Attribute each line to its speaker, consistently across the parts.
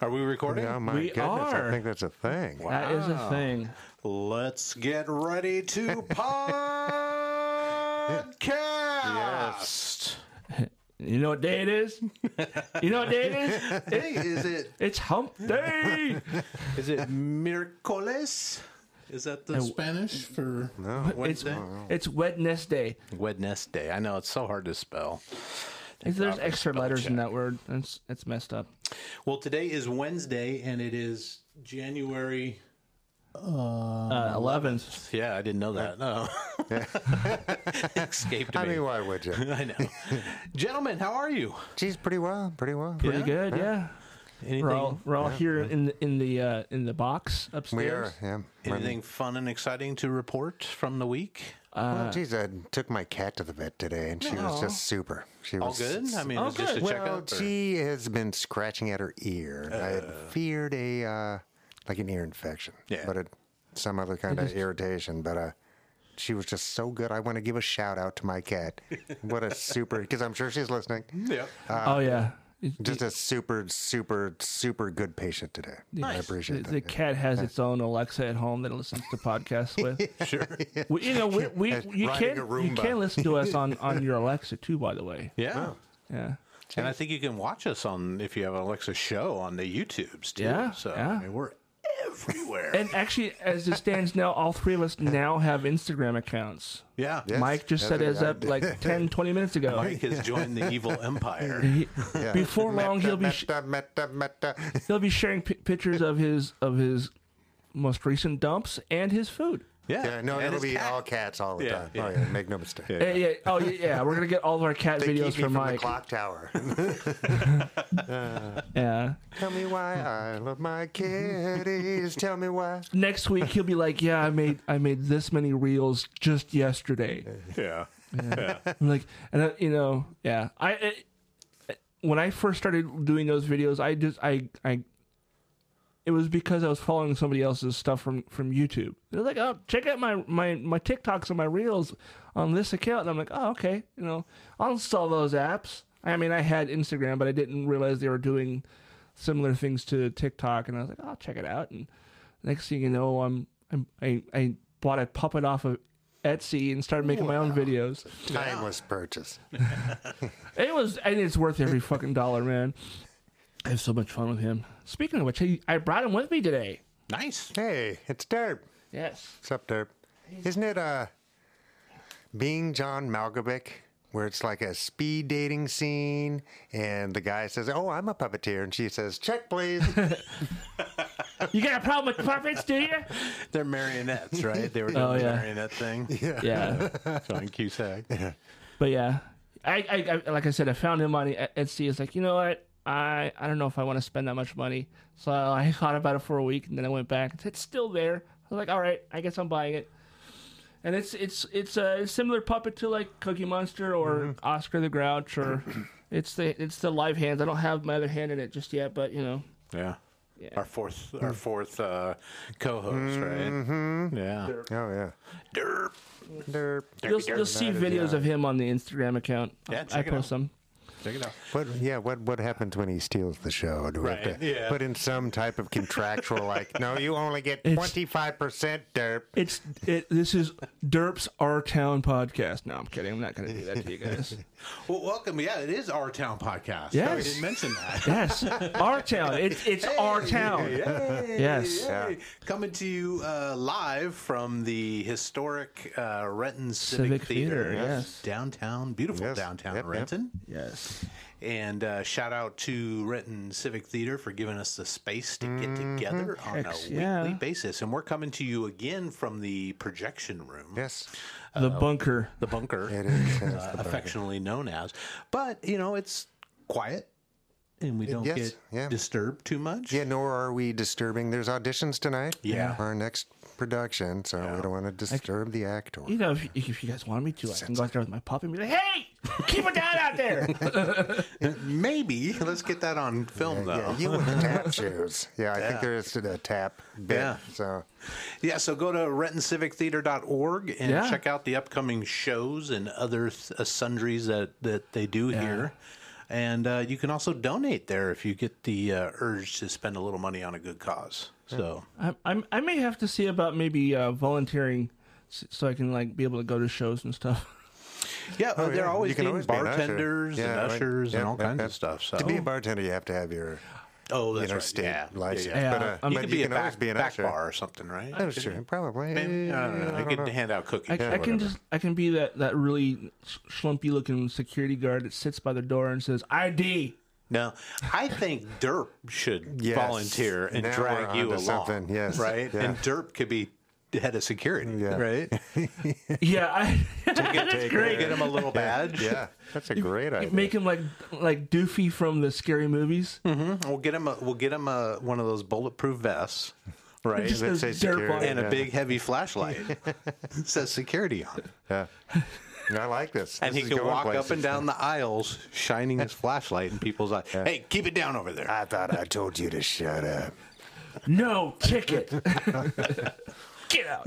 Speaker 1: Are we recording?
Speaker 2: Oh my
Speaker 3: We
Speaker 2: goodness!
Speaker 3: are.
Speaker 2: I think that's a thing.
Speaker 3: That is a thing.
Speaker 1: Let's get ready to podcast.
Speaker 3: You know what day it is? You know what day it is?
Speaker 1: Hey, is it
Speaker 3: It's hump day.
Speaker 1: is it Mircoles? Is that the
Speaker 4: Spanish for
Speaker 2: No,
Speaker 3: It's
Speaker 1: Wednesday?
Speaker 3: it's Wednesday.
Speaker 1: Wednesday? I know it's so hard to spell.
Speaker 3: If there's extra
Speaker 1: spell
Speaker 3: letters in
Speaker 1: check.
Speaker 3: that word, it's it's messed up.
Speaker 1: Well, today is Wednesday, and it is January.
Speaker 3: Uh, 11th.
Speaker 1: Yeah, I didn't know that. No, escaped me.
Speaker 2: I mean, why would you?
Speaker 1: I know, gentlemen. How are you?
Speaker 2: Geez, pretty well, pretty well.
Speaker 3: Pretty good, yeah.
Speaker 1: Anything?
Speaker 3: We're all we're all here in the in the uh, in the box upstairs.
Speaker 2: We are. Yeah.
Speaker 1: Anything fun and exciting to report from the week?
Speaker 3: Uh,
Speaker 2: well, geez, I took my cat to the vet today, and she was just super. She was
Speaker 1: All good. I mean,
Speaker 3: all
Speaker 1: it was just a
Speaker 3: good.
Speaker 2: Well,
Speaker 1: checkup. or-
Speaker 2: she has been scratching at her ear. I had feared a uh, like an ear infection,
Speaker 1: Yeah.
Speaker 2: but it, some other kind of irritation. But uh, she was just so good. I want to give a shout out to my cat. what a super! Because I'm sure she's listening.
Speaker 1: Yep.
Speaker 3: oh
Speaker 2: Uh,
Speaker 3: yeah.
Speaker 2: Just a super, super, super good patient today. I
Speaker 3: The,
Speaker 2: appreciate
Speaker 3: the
Speaker 2: that.
Speaker 3: cat has its own Alexa at home that it listens to podcasts with.
Speaker 1: Sure.
Speaker 3: We, you know, we, we you
Speaker 2: Riding
Speaker 3: can
Speaker 2: a
Speaker 3: you
Speaker 2: Roomba.
Speaker 3: can listen to us on on your Alexa too. By the way,
Speaker 1: Yeah.
Speaker 3: yeah.
Speaker 1: And I think you can watch us on if you have an Alexa show on the YouTubes too.
Speaker 3: Yeah,
Speaker 1: So
Speaker 3: yeah.
Speaker 1: I mean, we're everywhere.
Speaker 3: And actually, as it stands now, all three of us now have Instagram accounts.
Speaker 1: yeah.
Speaker 2: Yeah.
Speaker 3: Mike just set
Speaker 2: that's
Speaker 3: his
Speaker 2: a-
Speaker 3: up like 10, 20 minutes ago.
Speaker 1: Mike has joined the evil empire.
Speaker 3: He- Before long, he'll be sh-
Speaker 2: Meta, meta, meta.
Speaker 3: he'll be sharing pi pictures of his of his most recent dumps and his food.
Speaker 1: Yeah.
Speaker 2: Yeah, no,
Speaker 1: And
Speaker 2: it'll
Speaker 1: his
Speaker 2: be
Speaker 1: cat.
Speaker 2: all cats all the
Speaker 1: Yeah,
Speaker 2: time.
Speaker 1: yeah.
Speaker 2: Oh yeah, make no mistake.
Speaker 1: Yeah.
Speaker 3: Yeah, yeah. Oh, yeah, yeah. We're gonna get all of our cat
Speaker 2: They
Speaker 3: videos
Speaker 2: keep me
Speaker 3: from
Speaker 2: from the
Speaker 3: Mike.
Speaker 2: clock tower.
Speaker 3: Yeah.
Speaker 2: Tell me why I love my kitties. Tell me why.
Speaker 3: Next week he'll be like, "Yeah, I made I made this many reels just yesterday."
Speaker 1: Yeah.
Speaker 3: I'm like, and I, you know, yeah. I I- when I first started doing those videos, I just I I it was because I was following somebody else's stuff from from YouTube. They're like, "Oh, check out my my my TikToks and my reels on this account." And I'm like, "Oh, okay. You know, I'll install those apps." I mean, I had Instagram, but I didn't realize they were doing similar things to TikTok, and I was like, "I'll check it out." And next thing you know, I'm, I'm I I bought a puppet off of Etsy and started making my own videos.
Speaker 2: Timeless purchase.
Speaker 3: It was, and it's worth every fucking dollar, man. I have so much fun with him. Speaking of which, hey, I brought him with me today.
Speaker 1: Nice.
Speaker 2: Hey, it's Derp.
Speaker 3: Yes.
Speaker 2: What's up, Derp? Isn't it uh, being John Malkovich, where it's like a speed dating scene, and the guy says, "Oh, I'm a puppeteer," and she says, "Check, please."
Speaker 3: You got a problem with puppets, do you?
Speaker 1: They're marionettes, right? They were doing
Speaker 3: Oh,
Speaker 1: the
Speaker 3: yeah.
Speaker 1: marionette thing.
Speaker 3: Yeah.
Speaker 1: John Cusack.
Speaker 3: But yeah, I, I, I like I said, I found him on E- Etsy. It's like, you know what? I, I don't know if I want to spend that much money. So I thought about it for a week, and then I went back. It's still there. I was like, all right, I guess I'm buying it. And it's it's it's a similar puppet to like Cookie Monster or
Speaker 1: Mm-hmm.
Speaker 3: Oscar the Grouch or it's the it's the live hands. I don't have my other hand in it just yet, but you know.
Speaker 1: Yeah. Our fourth, our fourth uh, co-host, right? Yeah.
Speaker 2: oh yeah,
Speaker 1: Derp.
Speaker 2: Derp.
Speaker 3: You'll, you'll see videos of him on the Instagram account.
Speaker 1: Yeah,
Speaker 3: I
Speaker 1: check it
Speaker 3: post
Speaker 1: out.
Speaker 3: them.
Speaker 1: Check it out.
Speaker 2: What, yeah, what what happens when he steals the show? Do we
Speaker 1: Right,
Speaker 2: have to
Speaker 1: yeah.
Speaker 2: put in some type of contractual, like, no, you only get
Speaker 3: It's-
Speaker 2: twenty five percent, Derp?
Speaker 3: It's it, this is Derp's Our Town podcast. No, I'm kidding. I'm not going to do that to you guys.
Speaker 1: Well, welcome. Yeah, it is our town podcast.
Speaker 3: Yes.
Speaker 1: we didn't mention that.
Speaker 3: yes, Our Town. It's it's Our Town.
Speaker 1: Yay,
Speaker 3: Yes.
Speaker 1: yay. Coming to you uh, live from the historic uh, Renton Civic,
Speaker 3: Civic
Speaker 1: Theater,
Speaker 3: Theater, yes.
Speaker 1: downtown, beautiful
Speaker 2: Yes.
Speaker 1: downtown
Speaker 2: Yep, yep.
Speaker 1: Renton.
Speaker 3: Yes.
Speaker 1: And uh, shout out to Renton Civic Theater for giving us the space to get
Speaker 2: Mm-hmm.
Speaker 1: together on a
Speaker 3: Heck
Speaker 1: weekly
Speaker 3: yeah.
Speaker 1: basis. And we're coming to you again from the projection room,
Speaker 2: Yes,
Speaker 3: The bunker.
Speaker 1: the bunker,
Speaker 2: it is. Yes,
Speaker 1: uh,
Speaker 2: the bunker.
Speaker 1: affectionately known as. But you know, it's quiet. And we don't
Speaker 2: yes,
Speaker 1: get
Speaker 2: yeah.
Speaker 1: disturbed too much.
Speaker 2: Yeah, nor are we disturbing. There's auditions tonight.
Speaker 1: Yeah.
Speaker 2: For our next production, so we don't want to disturb the actor.
Speaker 3: You know, if, if you guys want me to, I can go out there with my puppy and be like, "Hey, keep it down out there."
Speaker 1: Maybe. Let's get that on film, though.
Speaker 2: Yeah, you with the tap shoes. Yeah, I think there is a tap bit.
Speaker 1: Yeah.
Speaker 2: So
Speaker 1: Yeah, so go to rentoncivictheater.org and
Speaker 3: Yeah.
Speaker 1: check out the upcoming shows and other th- uh, sundries that, that they do here. And uh, you can also donate there if you get the uh, urge to spend a little money on a good cause. So
Speaker 3: I, I'm, I may have to see about maybe uh, volunteering, s- so I can like be able to go to shows and stuff.
Speaker 1: yeah, uh, they're
Speaker 2: Oh, yeah.
Speaker 1: always
Speaker 2: You can
Speaker 1: getting
Speaker 2: always be an usher.
Speaker 1: bartenders
Speaker 2: Yeah,
Speaker 1: and
Speaker 2: right.
Speaker 1: ushers
Speaker 2: Yep,
Speaker 1: and all
Speaker 2: yep,
Speaker 1: kinds
Speaker 2: yep.
Speaker 1: of stuff. So
Speaker 2: To be a bartender, you have to have your
Speaker 1: oh, that's
Speaker 2: you know,
Speaker 1: right.
Speaker 2: state
Speaker 1: yeah.
Speaker 2: license.
Speaker 1: Yeah, yeah.
Speaker 2: But,
Speaker 3: Yeah. Um,
Speaker 2: uh,
Speaker 1: You
Speaker 2: but
Speaker 1: could be a
Speaker 2: can always
Speaker 1: back,
Speaker 2: be an
Speaker 1: back
Speaker 2: usher.
Speaker 1: bar or something, right?
Speaker 2: That's true. Oh, Probably.
Speaker 1: Maybe, I don't know.
Speaker 2: I
Speaker 1: They could
Speaker 2: don't know.
Speaker 1: hand out
Speaker 3: I,
Speaker 1: cookies.
Speaker 3: I can just I can be that that really sh- schlumpy looking security guard that sits by the door and says ID.
Speaker 1: No, I think Derp should
Speaker 2: Yes.
Speaker 1: volunteer and
Speaker 2: Now we're
Speaker 1: drag
Speaker 2: onto
Speaker 1: you along.
Speaker 2: something. Yes.
Speaker 1: Right?
Speaker 2: Yeah.
Speaker 1: And Derp could be head of security.
Speaker 2: Yeah.
Speaker 1: Right?
Speaker 3: Yeah, I, that's
Speaker 2: take
Speaker 3: great.
Speaker 1: Get him a little badge.
Speaker 2: Yeah, that's a great idea.
Speaker 3: Make him like like Doofy from the scary movies.
Speaker 1: Mm-hmm. We'll get him a, we'll get him a, one of those bulletproof vests. Right?
Speaker 3: Just
Speaker 2: that
Speaker 3: goes
Speaker 2: say
Speaker 3: derp
Speaker 2: security?
Speaker 3: on it.
Speaker 1: and a
Speaker 2: yeah.
Speaker 1: big heavy flashlight. It says security on it.
Speaker 2: yeah. I like this.
Speaker 1: And he
Speaker 2: This is
Speaker 1: could
Speaker 2: going
Speaker 1: walk up
Speaker 2: places.
Speaker 1: and down the aisles shining his flashlight in people's eyes. Hey, keep it down over there.
Speaker 2: I thought I told you to shut up.
Speaker 3: No ticket. Get out.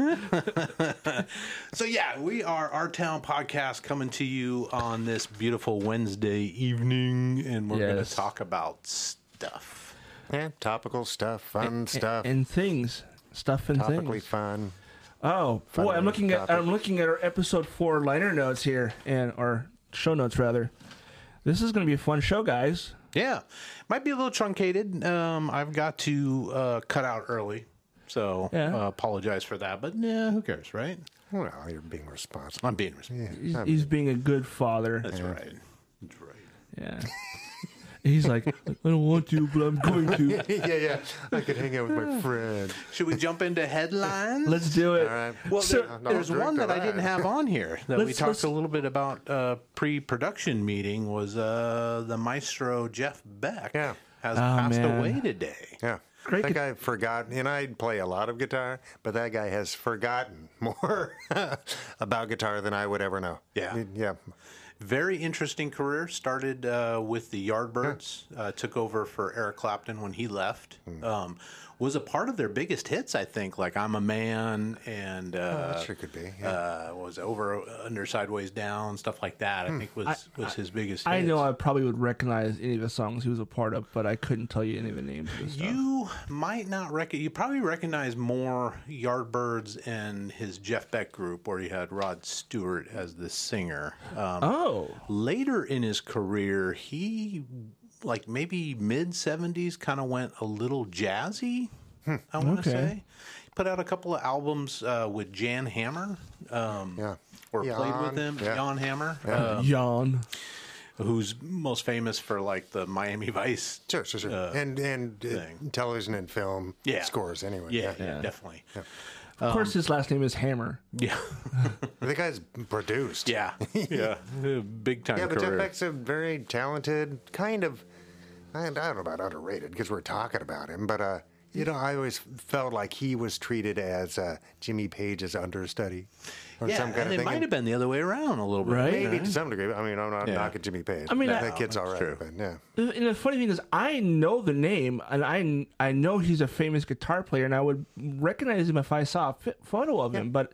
Speaker 1: So yeah, we are our town podcast coming to you on this beautiful Wednesday evening, and we're going to
Speaker 3: Yes.
Speaker 1: talk about stuff.
Speaker 2: Yeah, topical stuff, fun stuff,
Speaker 3: and things, stuff and
Speaker 2: topically
Speaker 3: things.
Speaker 2: fun.
Speaker 3: Oh boy,
Speaker 2: related
Speaker 3: I'm looking at
Speaker 2: topic.
Speaker 3: I'm looking at our episode four liner notes here and our show notes rather. This is going to be a fun show, guys.
Speaker 1: Yeah, might be a little truncated. Um, I've got to uh, cut out early, so
Speaker 3: Yeah.
Speaker 1: uh, apologize for that. But yeah, who cares, right?
Speaker 2: Well, you're being responsible.
Speaker 1: I'm being responsible.
Speaker 3: He's,
Speaker 2: Um,
Speaker 3: he's being a good father.
Speaker 2: uh,
Speaker 1: That's right. That's right.
Speaker 3: Yeah. he's like, I don't want to, but I'm going to.
Speaker 2: yeah, yeah. I could hang out with my friend.
Speaker 1: Should we jump into headlines?
Speaker 3: Let's do it.
Speaker 2: All right.
Speaker 1: Well,
Speaker 3: So-
Speaker 1: there-
Speaker 2: No,
Speaker 1: there's
Speaker 2: I'll drink
Speaker 1: one
Speaker 2: to
Speaker 1: that I didn't
Speaker 2: that.
Speaker 1: have on here that we
Speaker 3: Let's-
Speaker 1: talked
Speaker 3: let's-
Speaker 1: a little bit about uh, pre-production meeting was uh, the maestro Jeff Beck
Speaker 2: Yeah.
Speaker 1: has
Speaker 3: Oh,
Speaker 1: passed
Speaker 3: man.
Speaker 1: away today.
Speaker 2: Yeah.
Speaker 3: Great
Speaker 2: that
Speaker 3: gu-
Speaker 2: guy forgot, and I play a lot of guitar, but that guy has forgotten more about guitar than I would ever know.
Speaker 1: Yeah.
Speaker 2: Yeah.
Speaker 1: Very interesting career. Started uh, with the Yardbirds, uh, took over for Eric Clapton when he left. Um, was a part of their biggest hits, I think, like "I'm a Man" and
Speaker 3: Oh,
Speaker 2: That
Speaker 1: uh,
Speaker 2: sure could be. Yeah.
Speaker 1: uh, what was it, over under sideways down stuff like that. I think was was his biggest.
Speaker 3: Hmm. I
Speaker 1: hits.
Speaker 3: know I probably would recognize any of the songs he was a part of, but I couldn't tell you any of the names of the stuff.
Speaker 1: You might not rec You probably recognize more Yardbirds and his Jeff Beck group, where he had Rod Stewart as the singer. Um,
Speaker 3: oh.
Speaker 1: Later in his career, he, like maybe mid 70s, kind of went a little jazzy, I want to
Speaker 3: Hmm. Okay.
Speaker 1: say. Put out a couple of albums uh, with Jan Hammer. Um,
Speaker 2: Yeah.
Speaker 1: Or played with
Speaker 2: Jan,
Speaker 1: him,
Speaker 2: yeah.
Speaker 1: Jan Hammer, uh,
Speaker 3: Yawn.
Speaker 1: who's most famous for like the Miami Vice
Speaker 2: Sure, sure, sure. and and uh,
Speaker 1: thing.
Speaker 2: television and film
Speaker 1: Yeah.
Speaker 2: scores anyway.
Speaker 1: Yeah,
Speaker 2: yeah.
Speaker 1: yeah, definitely.
Speaker 3: Of
Speaker 2: Um,
Speaker 3: course, his last name is Hammer.
Speaker 1: Yeah.
Speaker 2: The guy's produced.
Speaker 1: Yeah, yeah, big time
Speaker 2: Yeah, but
Speaker 1: career.
Speaker 2: Jeff Beck's a very talented, kind of, I I don't know about underrated because we're talking about him, but, uh, you know, I always felt like he was treated as uh, Jimmy Page's understudy or
Speaker 1: yeah,
Speaker 2: some kind
Speaker 1: and
Speaker 2: of
Speaker 1: it
Speaker 2: thing.
Speaker 1: might
Speaker 2: and
Speaker 1: have been the other way around a little bit,
Speaker 3: Right?
Speaker 2: Maybe to some degree. but, I mean, I'm not
Speaker 1: Yeah.
Speaker 2: knocking Jimmy Page.
Speaker 3: I mean,
Speaker 2: that,
Speaker 3: I-
Speaker 2: that kid's all right.
Speaker 1: true.
Speaker 2: But yeah.
Speaker 3: And the funny thing is, I know the name, and I I know he's a famous guitar player, and I would recognize him if I saw a fi- photo of him. But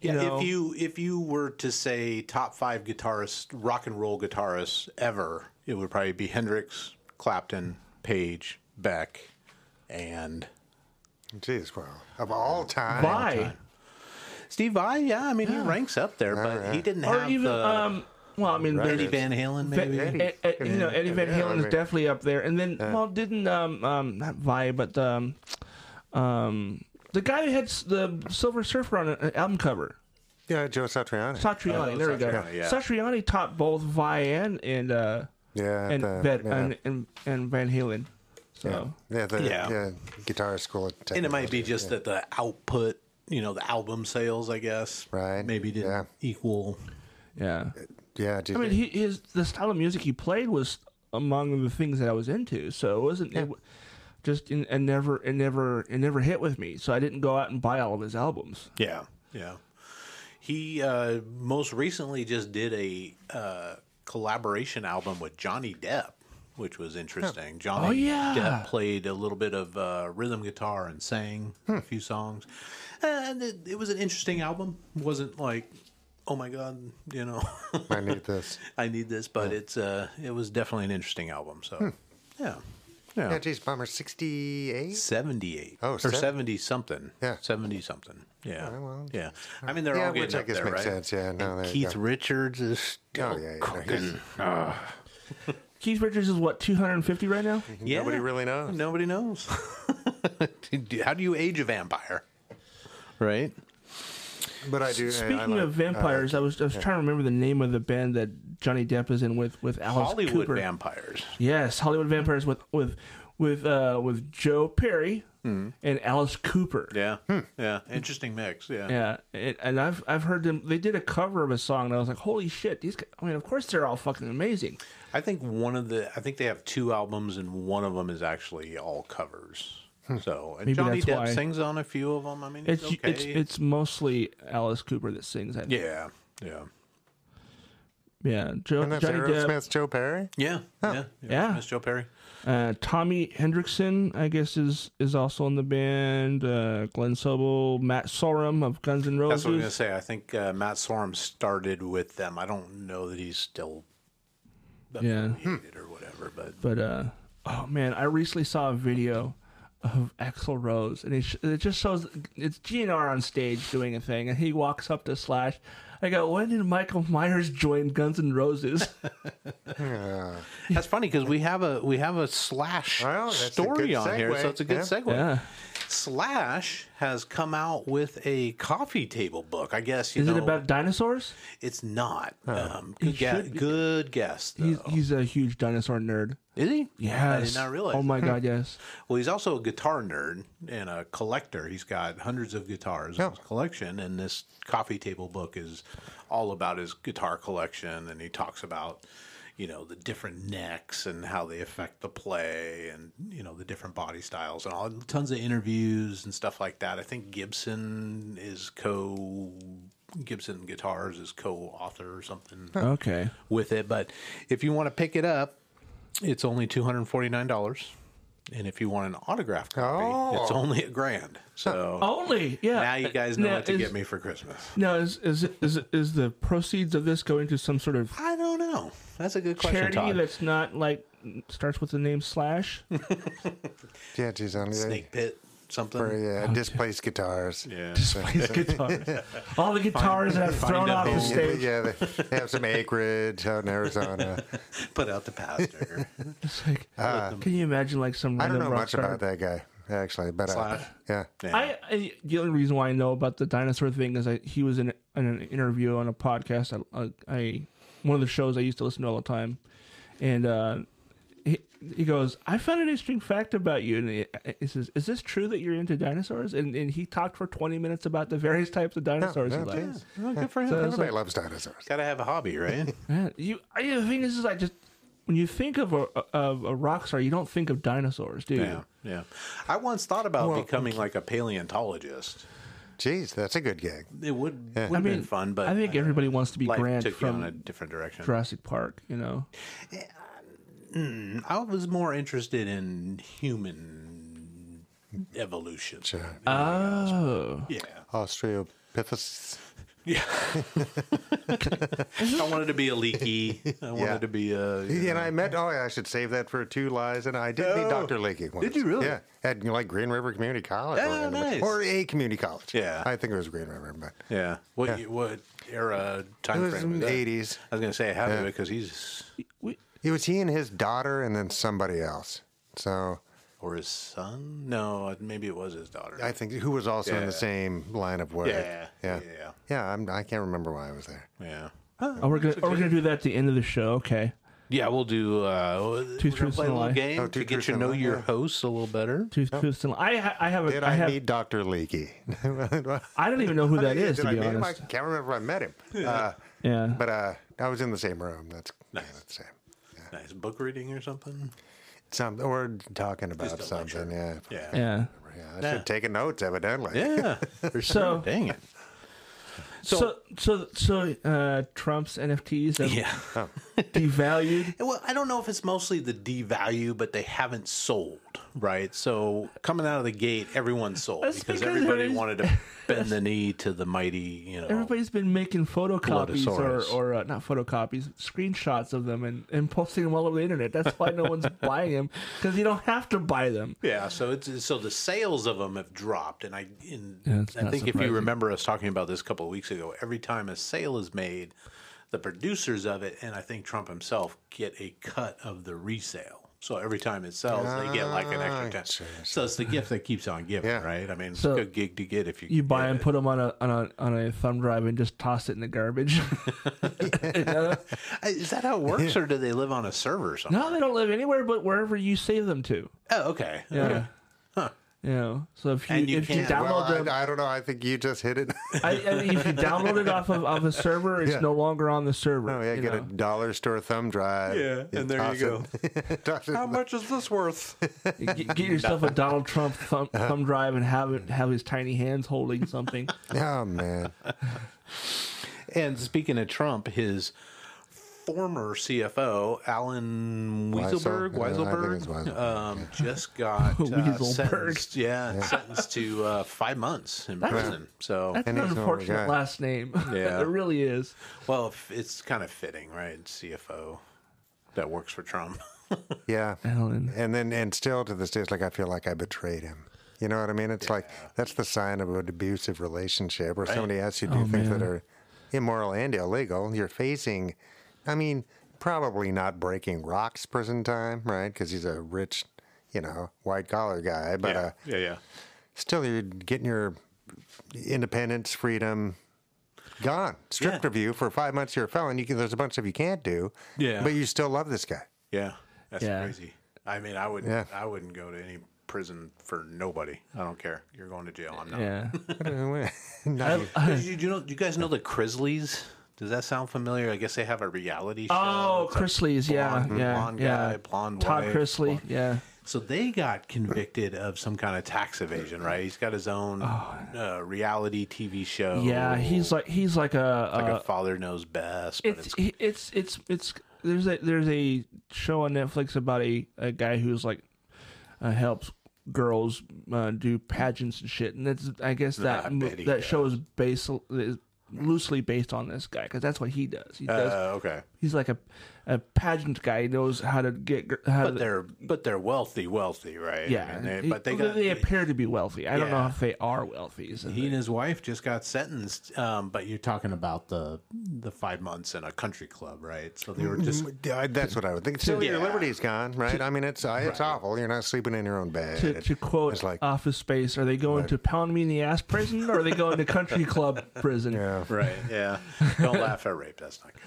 Speaker 1: Yeah,
Speaker 3: know.
Speaker 1: if you if you were to say top five guitarists, rock and roll guitarists ever, it would probably be Hendrix, Clapton, Page, Beck, and
Speaker 2: Jeez, wow. Of all time.
Speaker 3: why?
Speaker 1: Steve Vai. Yeah, I mean he ranks up there, but he didn't
Speaker 3: Or
Speaker 1: have
Speaker 3: even
Speaker 1: the
Speaker 3: um, well, I mean,
Speaker 1: Eddie
Speaker 3: there's
Speaker 1: Van Halen.
Speaker 3: Ve-
Speaker 1: Maybe
Speaker 2: Eddie.
Speaker 3: Ed- Ed- you know, Eddie Van
Speaker 2: Yeah, I
Speaker 3: Halen is
Speaker 2: mean-
Speaker 3: definitely up there, and then well, didn't um um not Vi, but um um the guy who had s- the Silver Surfer on an album cover,
Speaker 2: Yeah, Joe Satriani.
Speaker 3: Satriani.
Speaker 1: Oh,
Speaker 3: there we go.
Speaker 1: Satriani, yeah.
Speaker 3: Satriani taught both Vi and and uh
Speaker 2: yeah.
Speaker 3: and,
Speaker 2: the-
Speaker 3: Van-
Speaker 2: yeah.
Speaker 3: and and and Van Halen. So.
Speaker 2: yeah, the
Speaker 1: Yeah.
Speaker 2: yeah, guitar school. at
Speaker 1: and it might be
Speaker 2: Technology.
Speaker 1: just that the output, you know, the album sales, I guess,
Speaker 2: Right,
Speaker 1: Maybe didn't
Speaker 2: yeah.
Speaker 1: equal.
Speaker 3: Yeah.
Speaker 2: Yeah, geez.
Speaker 3: I mean, he, his the style of music he played was among the things that I was into. So it wasn't it, just in, it never it never it never hit with me. So I didn't go out and buy all of his albums.
Speaker 1: Yeah, yeah. He uh, most recently just did a uh, collaboration album with Johnny Depp, which was interesting. Johnny
Speaker 3: Oh, yeah.
Speaker 1: Depp played a little bit of uh, rhythm guitar and
Speaker 3: Hmm.
Speaker 1: sang a few songs, and it, it was an interesting album. wasn't like oh my god, you know,
Speaker 2: I need this.
Speaker 1: I need this. But it's uh, it was definitely an interesting album. So
Speaker 3: Hmm.
Speaker 1: yeah, yeah,
Speaker 2: Yeah, geez, bummer. 68?
Speaker 1: seventy eight
Speaker 2: Oh,
Speaker 1: or
Speaker 2: seven-
Speaker 1: seventy something.
Speaker 2: Yeah.
Speaker 1: seventy something. Yeah,
Speaker 2: well,
Speaker 1: yeah. I mean, they're
Speaker 2: Yeah,
Speaker 1: all
Speaker 2: which
Speaker 1: getting
Speaker 2: I
Speaker 1: up
Speaker 2: guess
Speaker 1: there,
Speaker 2: makes
Speaker 1: right?
Speaker 2: sense. Yeah, no,
Speaker 1: And
Speaker 2: there you
Speaker 1: Keith
Speaker 2: go.
Speaker 1: Richards is still
Speaker 2: Oh, yeah, yeah,
Speaker 1: cooking.
Speaker 3: Keith Richards is what 250 right now.
Speaker 1: Yeah.
Speaker 2: Nobody really knows.
Speaker 1: Nobody knows. How do you age a vampire? Right.
Speaker 2: But I do. I- I
Speaker 3: Speaking
Speaker 2: like-
Speaker 3: of vampires, I was I was trying to remember the name of the band that Johnny Depp is in with with Alice
Speaker 1: Hollywood
Speaker 3: Cooper.
Speaker 1: vampires.
Speaker 3: Yes, Hollywood vampires with with with uh, with Joe Perry
Speaker 2: Mm-hmm.
Speaker 3: and Alice Cooper.
Speaker 1: Yeah.
Speaker 2: Hmm.
Speaker 1: Yeah. Interesting mix. Yeah.
Speaker 3: Yeah, it, and I've I've heard them. They did a cover of a song, and I was like, "Holy shit!" These, guys, I mean, of course they're all fucking amazing.
Speaker 1: I think one of the I think they have two albums and one of them is actually all covers.
Speaker 2: Hmm.
Speaker 1: So and
Speaker 3: Maybe
Speaker 1: Johnny
Speaker 3: that's
Speaker 1: Depp
Speaker 3: why.
Speaker 1: sings on a few of them. I mean,
Speaker 3: It's
Speaker 1: it's, okay.
Speaker 3: it's it's mostly Alice Cooper that sings. I think.
Speaker 1: yeah. Yeah.
Speaker 3: yeah. Joe,
Speaker 2: And that's
Speaker 3: Johnny Depp,
Speaker 2: Aerosmith's Joe Perry?
Speaker 1: Yeah. Yeah.
Speaker 3: Yeah.
Speaker 1: Miss Joe Perry.
Speaker 3: uh, Tommy Hendrickson, I guess is is also in the band. Uh, Glenn Sobel, Matt Sorum of Guns N' Roses.
Speaker 1: That's what I was gonna say. I think uh, Matt Sorum started with them. I don't know that he's still
Speaker 3: Yeah.
Speaker 1: affiliated or whatever, but
Speaker 3: But uh, oh man, I recently saw a video of Axl Rose, and it, sh- it just shows it's GNR on stage doing a thing, and he walks up to Slash. I go, when did Michael Myers join Guns N' Roses?
Speaker 1: That's funny because we have a we have a slash
Speaker 2: Well, that's a
Speaker 1: story
Speaker 2: good
Speaker 1: on here, so
Speaker 2: segue.
Speaker 1: it's a good
Speaker 2: Yeah.
Speaker 1: segue.
Speaker 3: yeah,
Speaker 1: Slash has come out with a coffee table book. I guess you
Speaker 3: is
Speaker 1: know
Speaker 3: it about dinosaurs?
Speaker 1: it's not. Um, good, guess,
Speaker 3: should be.
Speaker 1: good guess. Though.
Speaker 3: He's, he's a huge dinosaur nerd.
Speaker 1: Is he?
Speaker 3: Yes,
Speaker 1: I did not realize.
Speaker 3: Oh my god, yes.
Speaker 1: Well, he's also a guitar nerd and a collector. He's got hundreds of guitars in his collection, and this coffee table book is all about his guitar collection. And he talks about, you know, the different necks and how they affect the play, and you know, the different body styles and all. Tons of interviews and stuff like that. I think Gibson is co. Gibson Guitars is co-author or something
Speaker 3: Okay,
Speaker 1: with it. But if you want to pick it up, it's only two hundred forty nine dollars, and if you want an autographed copy,
Speaker 2: Oh.
Speaker 1: it's only a grand. So
Speaker 3: only Oh, yeah.
Speaker 1: now you guys know
Speaker 3: Now,
Speaker 1: what to
Speaker 3: is-
Speaker 1: get me for Christmas.
Speaker 3: Now is is it- is it- is the proceeds of this going to some sort of
Speaker 1: I don't know. That's a good question,
Speaker 3: charity
Speaker 1: Todd.
Speaker 3: that's not like starts with the name Slash?
Speaker 2: Yeah, geez, on
Speaker 1: Snake pit something.
Speaker 2: Or, yeah, displaced guitars.
Speaker 1: Yeah.
Speaker 3: Displays guitars. All the guitars that I've thrown
Speaker 1: find a
Speaker 3: off the
Speaker 1: home.
Speaker 3: stage.
Speaker 2: Yeah, they they have some acreage out in Arizona.
Speaker 1: Put out the pastor.
Speaker 3: It's like, can you imagine like some
Speaker 2: Ah. I don't
Speaker 3: random
Speaker 2: know
Speaker 3: rock
Speaker 2: much
Speaker 3: star?
Speaker 2: about that guy, actually. But uh,
Speaker 1: Slash.
Speaker 2: yeah,
Speaker 1: Yeah.
Speaker 3: I, I the only reason why I know about the dinosaur thing is I he was in, in an interview on a podcast. I, I, I one of the shows I used to listen to all the time, and uh, he he goes, I found an interesting fact about you, and he, he says, Is this true that you're into dinosaurs? And and he talked for twenty minutes about the various types of dinosaurs.
Speaker 2: yeah,
Speaker 3: he likes.
Speaker 2: geez.
Speaker 1: Well, good for him.
Speaker 3: So-
Speaker 2: everybody loves dinosaurs.
Speaker 1: Gotta have a hobby, right?
Speaker 3: Yeah, you. I, the thing is, is I just when you think of a of a rock star, you don't think of dinosaurs, do you?
Speaker 1: yeah, yeah. I once thought about
Speaker 2: Well,
Speaker 1: becoming like a paleontologist.
Speaker 2: Geez, that's a good gig.
Speaker 1: It would, would have
Speaker 3: I
Speaker 1: been fun, but
Speaker 3: I think
Speaker 1: uh,
Speaker 3: everybody wants to be
Speaker 1: life
Speaker 3: Grant
Speaker 1: took you on a
Speaker 3: from
Speaker 1: different direction.
Speaker 3: Jurassic Park. You know,
Speaker 1: I was more interested in human evolution.
Speaker 3: oh,
Speaker 1: Yeah.
Speaker 2: Australopithecus.
Speaker 1: Yeah. I wanted to be a leaky. I wanted
Speaker 2: Yeah.
Speaker 1: to be a. you
Speaker 2: And
Speaker 1: know.
Speaker 2: I met. Oh, I should save that for two lies. And I did meet
Speaker 1: Oh.
Speaker 2: Dr. Leakey once.
Speaker 1: you really?
Speaker 2: Yeah, at like Green River Community College.
Speaker 1: Oh,
Speaker 2: or-
Speaker 1: nice.
Speaker 2: Or a community college.
Speaker 1: Yeah.
Speaker 2: I think it was Green River, but
Speaker 1: yeah. What ye- what era
Speaker 2: it
Speaker 1: time
Speaker 2: was
Speaker 1: frame was
Speaker 2: in the
Speaker 1: that?
Speaker 2: 80s.
Speaker 1: I was gonna say how do it because he's
Speaker 3: we,
Speaker 2: It was he and his daughter, and then somebody else. So
Speaker 1: or his son. No, uh, maybe it was his daughter.
Speaker 2: I think who was also in the
Speaker 1: Yeah.
Speaker 2: same line of work.
Speaker 1: yeah, yeah,
Speaker 2: yeah,
Speaker 1: yeah.
Speaker 2: yeah. I'm, I can't remember why I was there.
Speaker 1: Yeah,
Speaker 3: oh, we're gonna are we gonna do that at the end of the show? Okay,
Speaker 1: Yeah, we'll do. Uh,
Speaker 3: Two
Speaker 1: we're gonna
Speaker 3: truths
Speaker 1: play a
Speaker 3: and
Speaker 1: little
Speaker 3: a lie.
Speaker 1: game
Speaker 2: Oh, two
Speaker 1: to get
Speaker 2: truths
Speaker 1: to
Speaker 2: and a
Speaker 1: know
Speaker 2: lie,
Speaker 1: your
Speaker 2: yeah.
Speaker 1: hosts a little better.
Speaker 3: tooth, tooth, and I ha- I have a
Speaker 2: Did
Speaker 3: I
Speaker 2: I,
Speaker 3: have
Speaker 2: meet Doctor Leakey?
Speaker 3: I don't even know who that
Speaker 2: Yeah,
Speaker 3: is
Speaker 2: did
Speaker 3: to
Speaker 2: I
Speaker 3: be
Speaker 2: meet him?
Speaker 3: honest.
Speaker 2: I can't remember if I met him. Uh,
Speaker 3: Yeah,
Speaker 2: but uh, I was in the same room. That's yeah,
Speaker 1: Nice.
Speaker 2: that's the same.
Speaker 1: Nice book reading or something.
Speaker 2: Some or talking about
Speaker 1: a lecture.
Speaker 2: something. Yeah.
Speaker 1: Yeah.
Speaker 3: yeah.
Speaker 2: Yeah, I should have taken notes, evidently.
Speaker 1: Yeah.
Speaker 3: So
Speaker 1: Dang it.
Speaker 3: So so so, uh, Trump's NFTs have
Speaker 1: yeah.
Speaker 3: devalued.
Speaker 1: Well, I don't know if it's mostly the devalue, but they haven't sold, right? So coming out of the gate, everyone sold
Speaker 3: That's
Speaker 1: because,
Speaker 3: because
Speaker 1: everybody
Speaker 3: everybody's-
Speaker 1: wanted to bend the knee to the mighty, you know.
Speaker 3: Everybody's been making photocopies or,
Speaker 1: Blotosaurus.
Speaker 3: or uh, not photocopies, screenshots of them and, and posting them all over the internet. That's why no one's buying them because you don't have to buy them.
Speaker 1: Yeah, so it's so the sales of them have dropped, and I and
Speaker 3: it's
Speaker 1: I
Speaker 3: not
Speaker 1: think if you
Speaker 3: surprising.
Speaker 1: remember us talking about this a couple of weeks ago, every time a sale is made, the producers of it and I think Trump himself get a cut of the resale. So every time it sells, they get like an
Speaker 2: Ah,
Speaker 1: extra ten.
Speaker 2: sure,
Speaker 1: So it's the gift that keeps on giving,
Speaker 2: Yeah.
Speaker 1: right? I mean, it's
Speaker 3: So
Speaker 1: a good gig to get if you
Speaker 3: You
Speaker 1: can
Speaker 3: buy
Speaker 1: get
Speaker 3: them,
Speaker 1: it.
Speaker 3: put them on a on a on a thumb drive, and just toss it in the garbage.
Speaker 1: Uh, Is that how it works, or do they live on a server or something?
Speaker 3: no, they don't live anywhere but wherever you save them to.
Speaker 1: Oh, okay.
Speaker 3: Yeah.
Speaker 1: okay.
Speaker 3: You know, so if you,
Speaker 1: And you
Speaker 3: if you
Speaker 1: can't-
Speaker 3: download
Speaker 2: Well,
Speaker 3: them,
Speaker 2: I, I don't know. I think you just hit it.
Speaker 3: I, I mean, if you download it off of, of a server, it's
Speaker 2: Yeah.
Speaker 3: no longer on the server.
Speaker 2: oh yeah,
Speaker 3: you
Speaker 2: get a
Speaker 3: know?
Speaker 2: dollar store thumb drive.
Speaker 1: Yeah, and there you
Speaker 2: toss it- toss it in the-
Speaker 1: much is this worth?
Speaker 3: You get, get yourself a Donald Trump thumb,
Speaker 2: Uh-huh.
Speaker 3: thumb drive and have it have his tiny hands holding something.
Speaker 2: Oh man.
Speaker 1: And speaking of Trump, his former CFO Alan
Speaker 2: Weisel?
Speaker 1: Weiselberg,
Speaker 2: Yeah, I think
Speaker 1: Weiselberg,
Speaker 2: it's Weiselberg,
Speaker 1: um, just got uh,
Speaker 3: Weiselberg.
Speaker 1: sentenced. Yeah, sentenced to uh, five months in prison. So,
Speaker 3: That's
Speaker 2: And
Speaker 3: an
Speaker 2: he's an older guy.
Speaker 3: unfortunate last name.
Speaker 1: Yeah.
Speaker 3: it really is.
Speaker 1: well, f- it's kind of fitting, right? CFO that works for Trump.
Speaker 2: Yeah.
Speaker 3: Alan.
Speaker 2: And then and still to this day, it's like I feel like I betrayed him. You know what I mean? It's like that's the sign of an abusive relationship where somebody asks you to do things that are immoral and illegal. You're facing, I mean, probably not breaking rocks prison time, right? Because he's a rich, you know, white collar guy. But uh,
Speaker 1: yeah, yeah.
Speaker 2: still, you're getting your independence, freedom. Gone, stripped
Speaker 1: Yeah.
Speaker 2: of you for five months. You're a felon. You can, there's a bunch of you can't do.
Speaker 1: Yeah.
Speaker 2: but you still love this guy.
Speaker 1: Yeah, that's
Speaker 3: Yeah.
Speaker 1: crazy. I mean, I would
Speaker 2: Yeah.
Speaker 1: not I wouldn't go to any prison for nobody. I don't care. You're going to jail. I'm not.
Speaker 3: Yeah.
Speaker 2: Not you.
Speaker 1: Did you, do you know? Do you guys know the Crisleys? Does that sound familiar? I guess they have a reality show.
Speaker 3: Oh,
Speaker 1: It's a
Speaker 3: Chrisley's. Yeah.
Speaker 1: blonde-
Speaker 3: yeah.
Speaker 1: blonde
Speaker 3: yeah.
Speaker 1: guy, blonde
Speaker 3: Todd
Speaker 1: wife,
Speaker 3: Chrisley. Yeah.
Speaker 1: So they got convicted of some kind of tax evasion, right? He's got his own uh, reality TV show.
Speaker 3: Oh, Yeah. He's like he's like a,
Speaker 1: Oh. like
Speaker 3: a
Speaker 1: a father knows best. But it's,
Speaker 3: it's he- it's it's it's there's a there's a show on Netflix about a, a guy who's like uh, helps girls uh, do pageants and shit, and it's I guess that
Speaker 1: I
Speaker 3: mo-
Speaker 1: bet he
Speaker 3: that show is based is loosely based on this guy because that's what he does. He does.
Speaker 1: uh, okay,
Speaker 3: he's like a a pageant guy. He knows how to get gr- how
Speaker 1: but
Speaker 3: to.
Speaker 1: they're but they're wealthy, wealthy, right? I
Speaker 3: Yeah,
Speaker 1: mean, they-
Speaker 3: he-
Speaker 1: but they
Speaker 3: although
Speaker 1: got
Speaker 3: they appear to be wealthy. I don't know
Speaker 1: Yeah.
Speaker 3: if they are wealthy. is the
Speaker 1: he
Speaker 3: thing.
Speaker 1: and his wife just got sentenced. Um, but you're talking about the the five months in a country club, right? So they were just
Speaker 2: Yeah, That's what I would think. So your
Speaker 1: Yeah.
Speaker 2: liberty's gone, right? I mean, it's uh, it's awful. You're not sleeping in your own bed.
Speaker 3: to, to quote
Speaker 2: it's like-
Speaker 3: Office Space, are they going to pound me in the ass prison or are they going to country club prison?
Speaker 1: right. Yeah, don't laugh at rape. That's not good.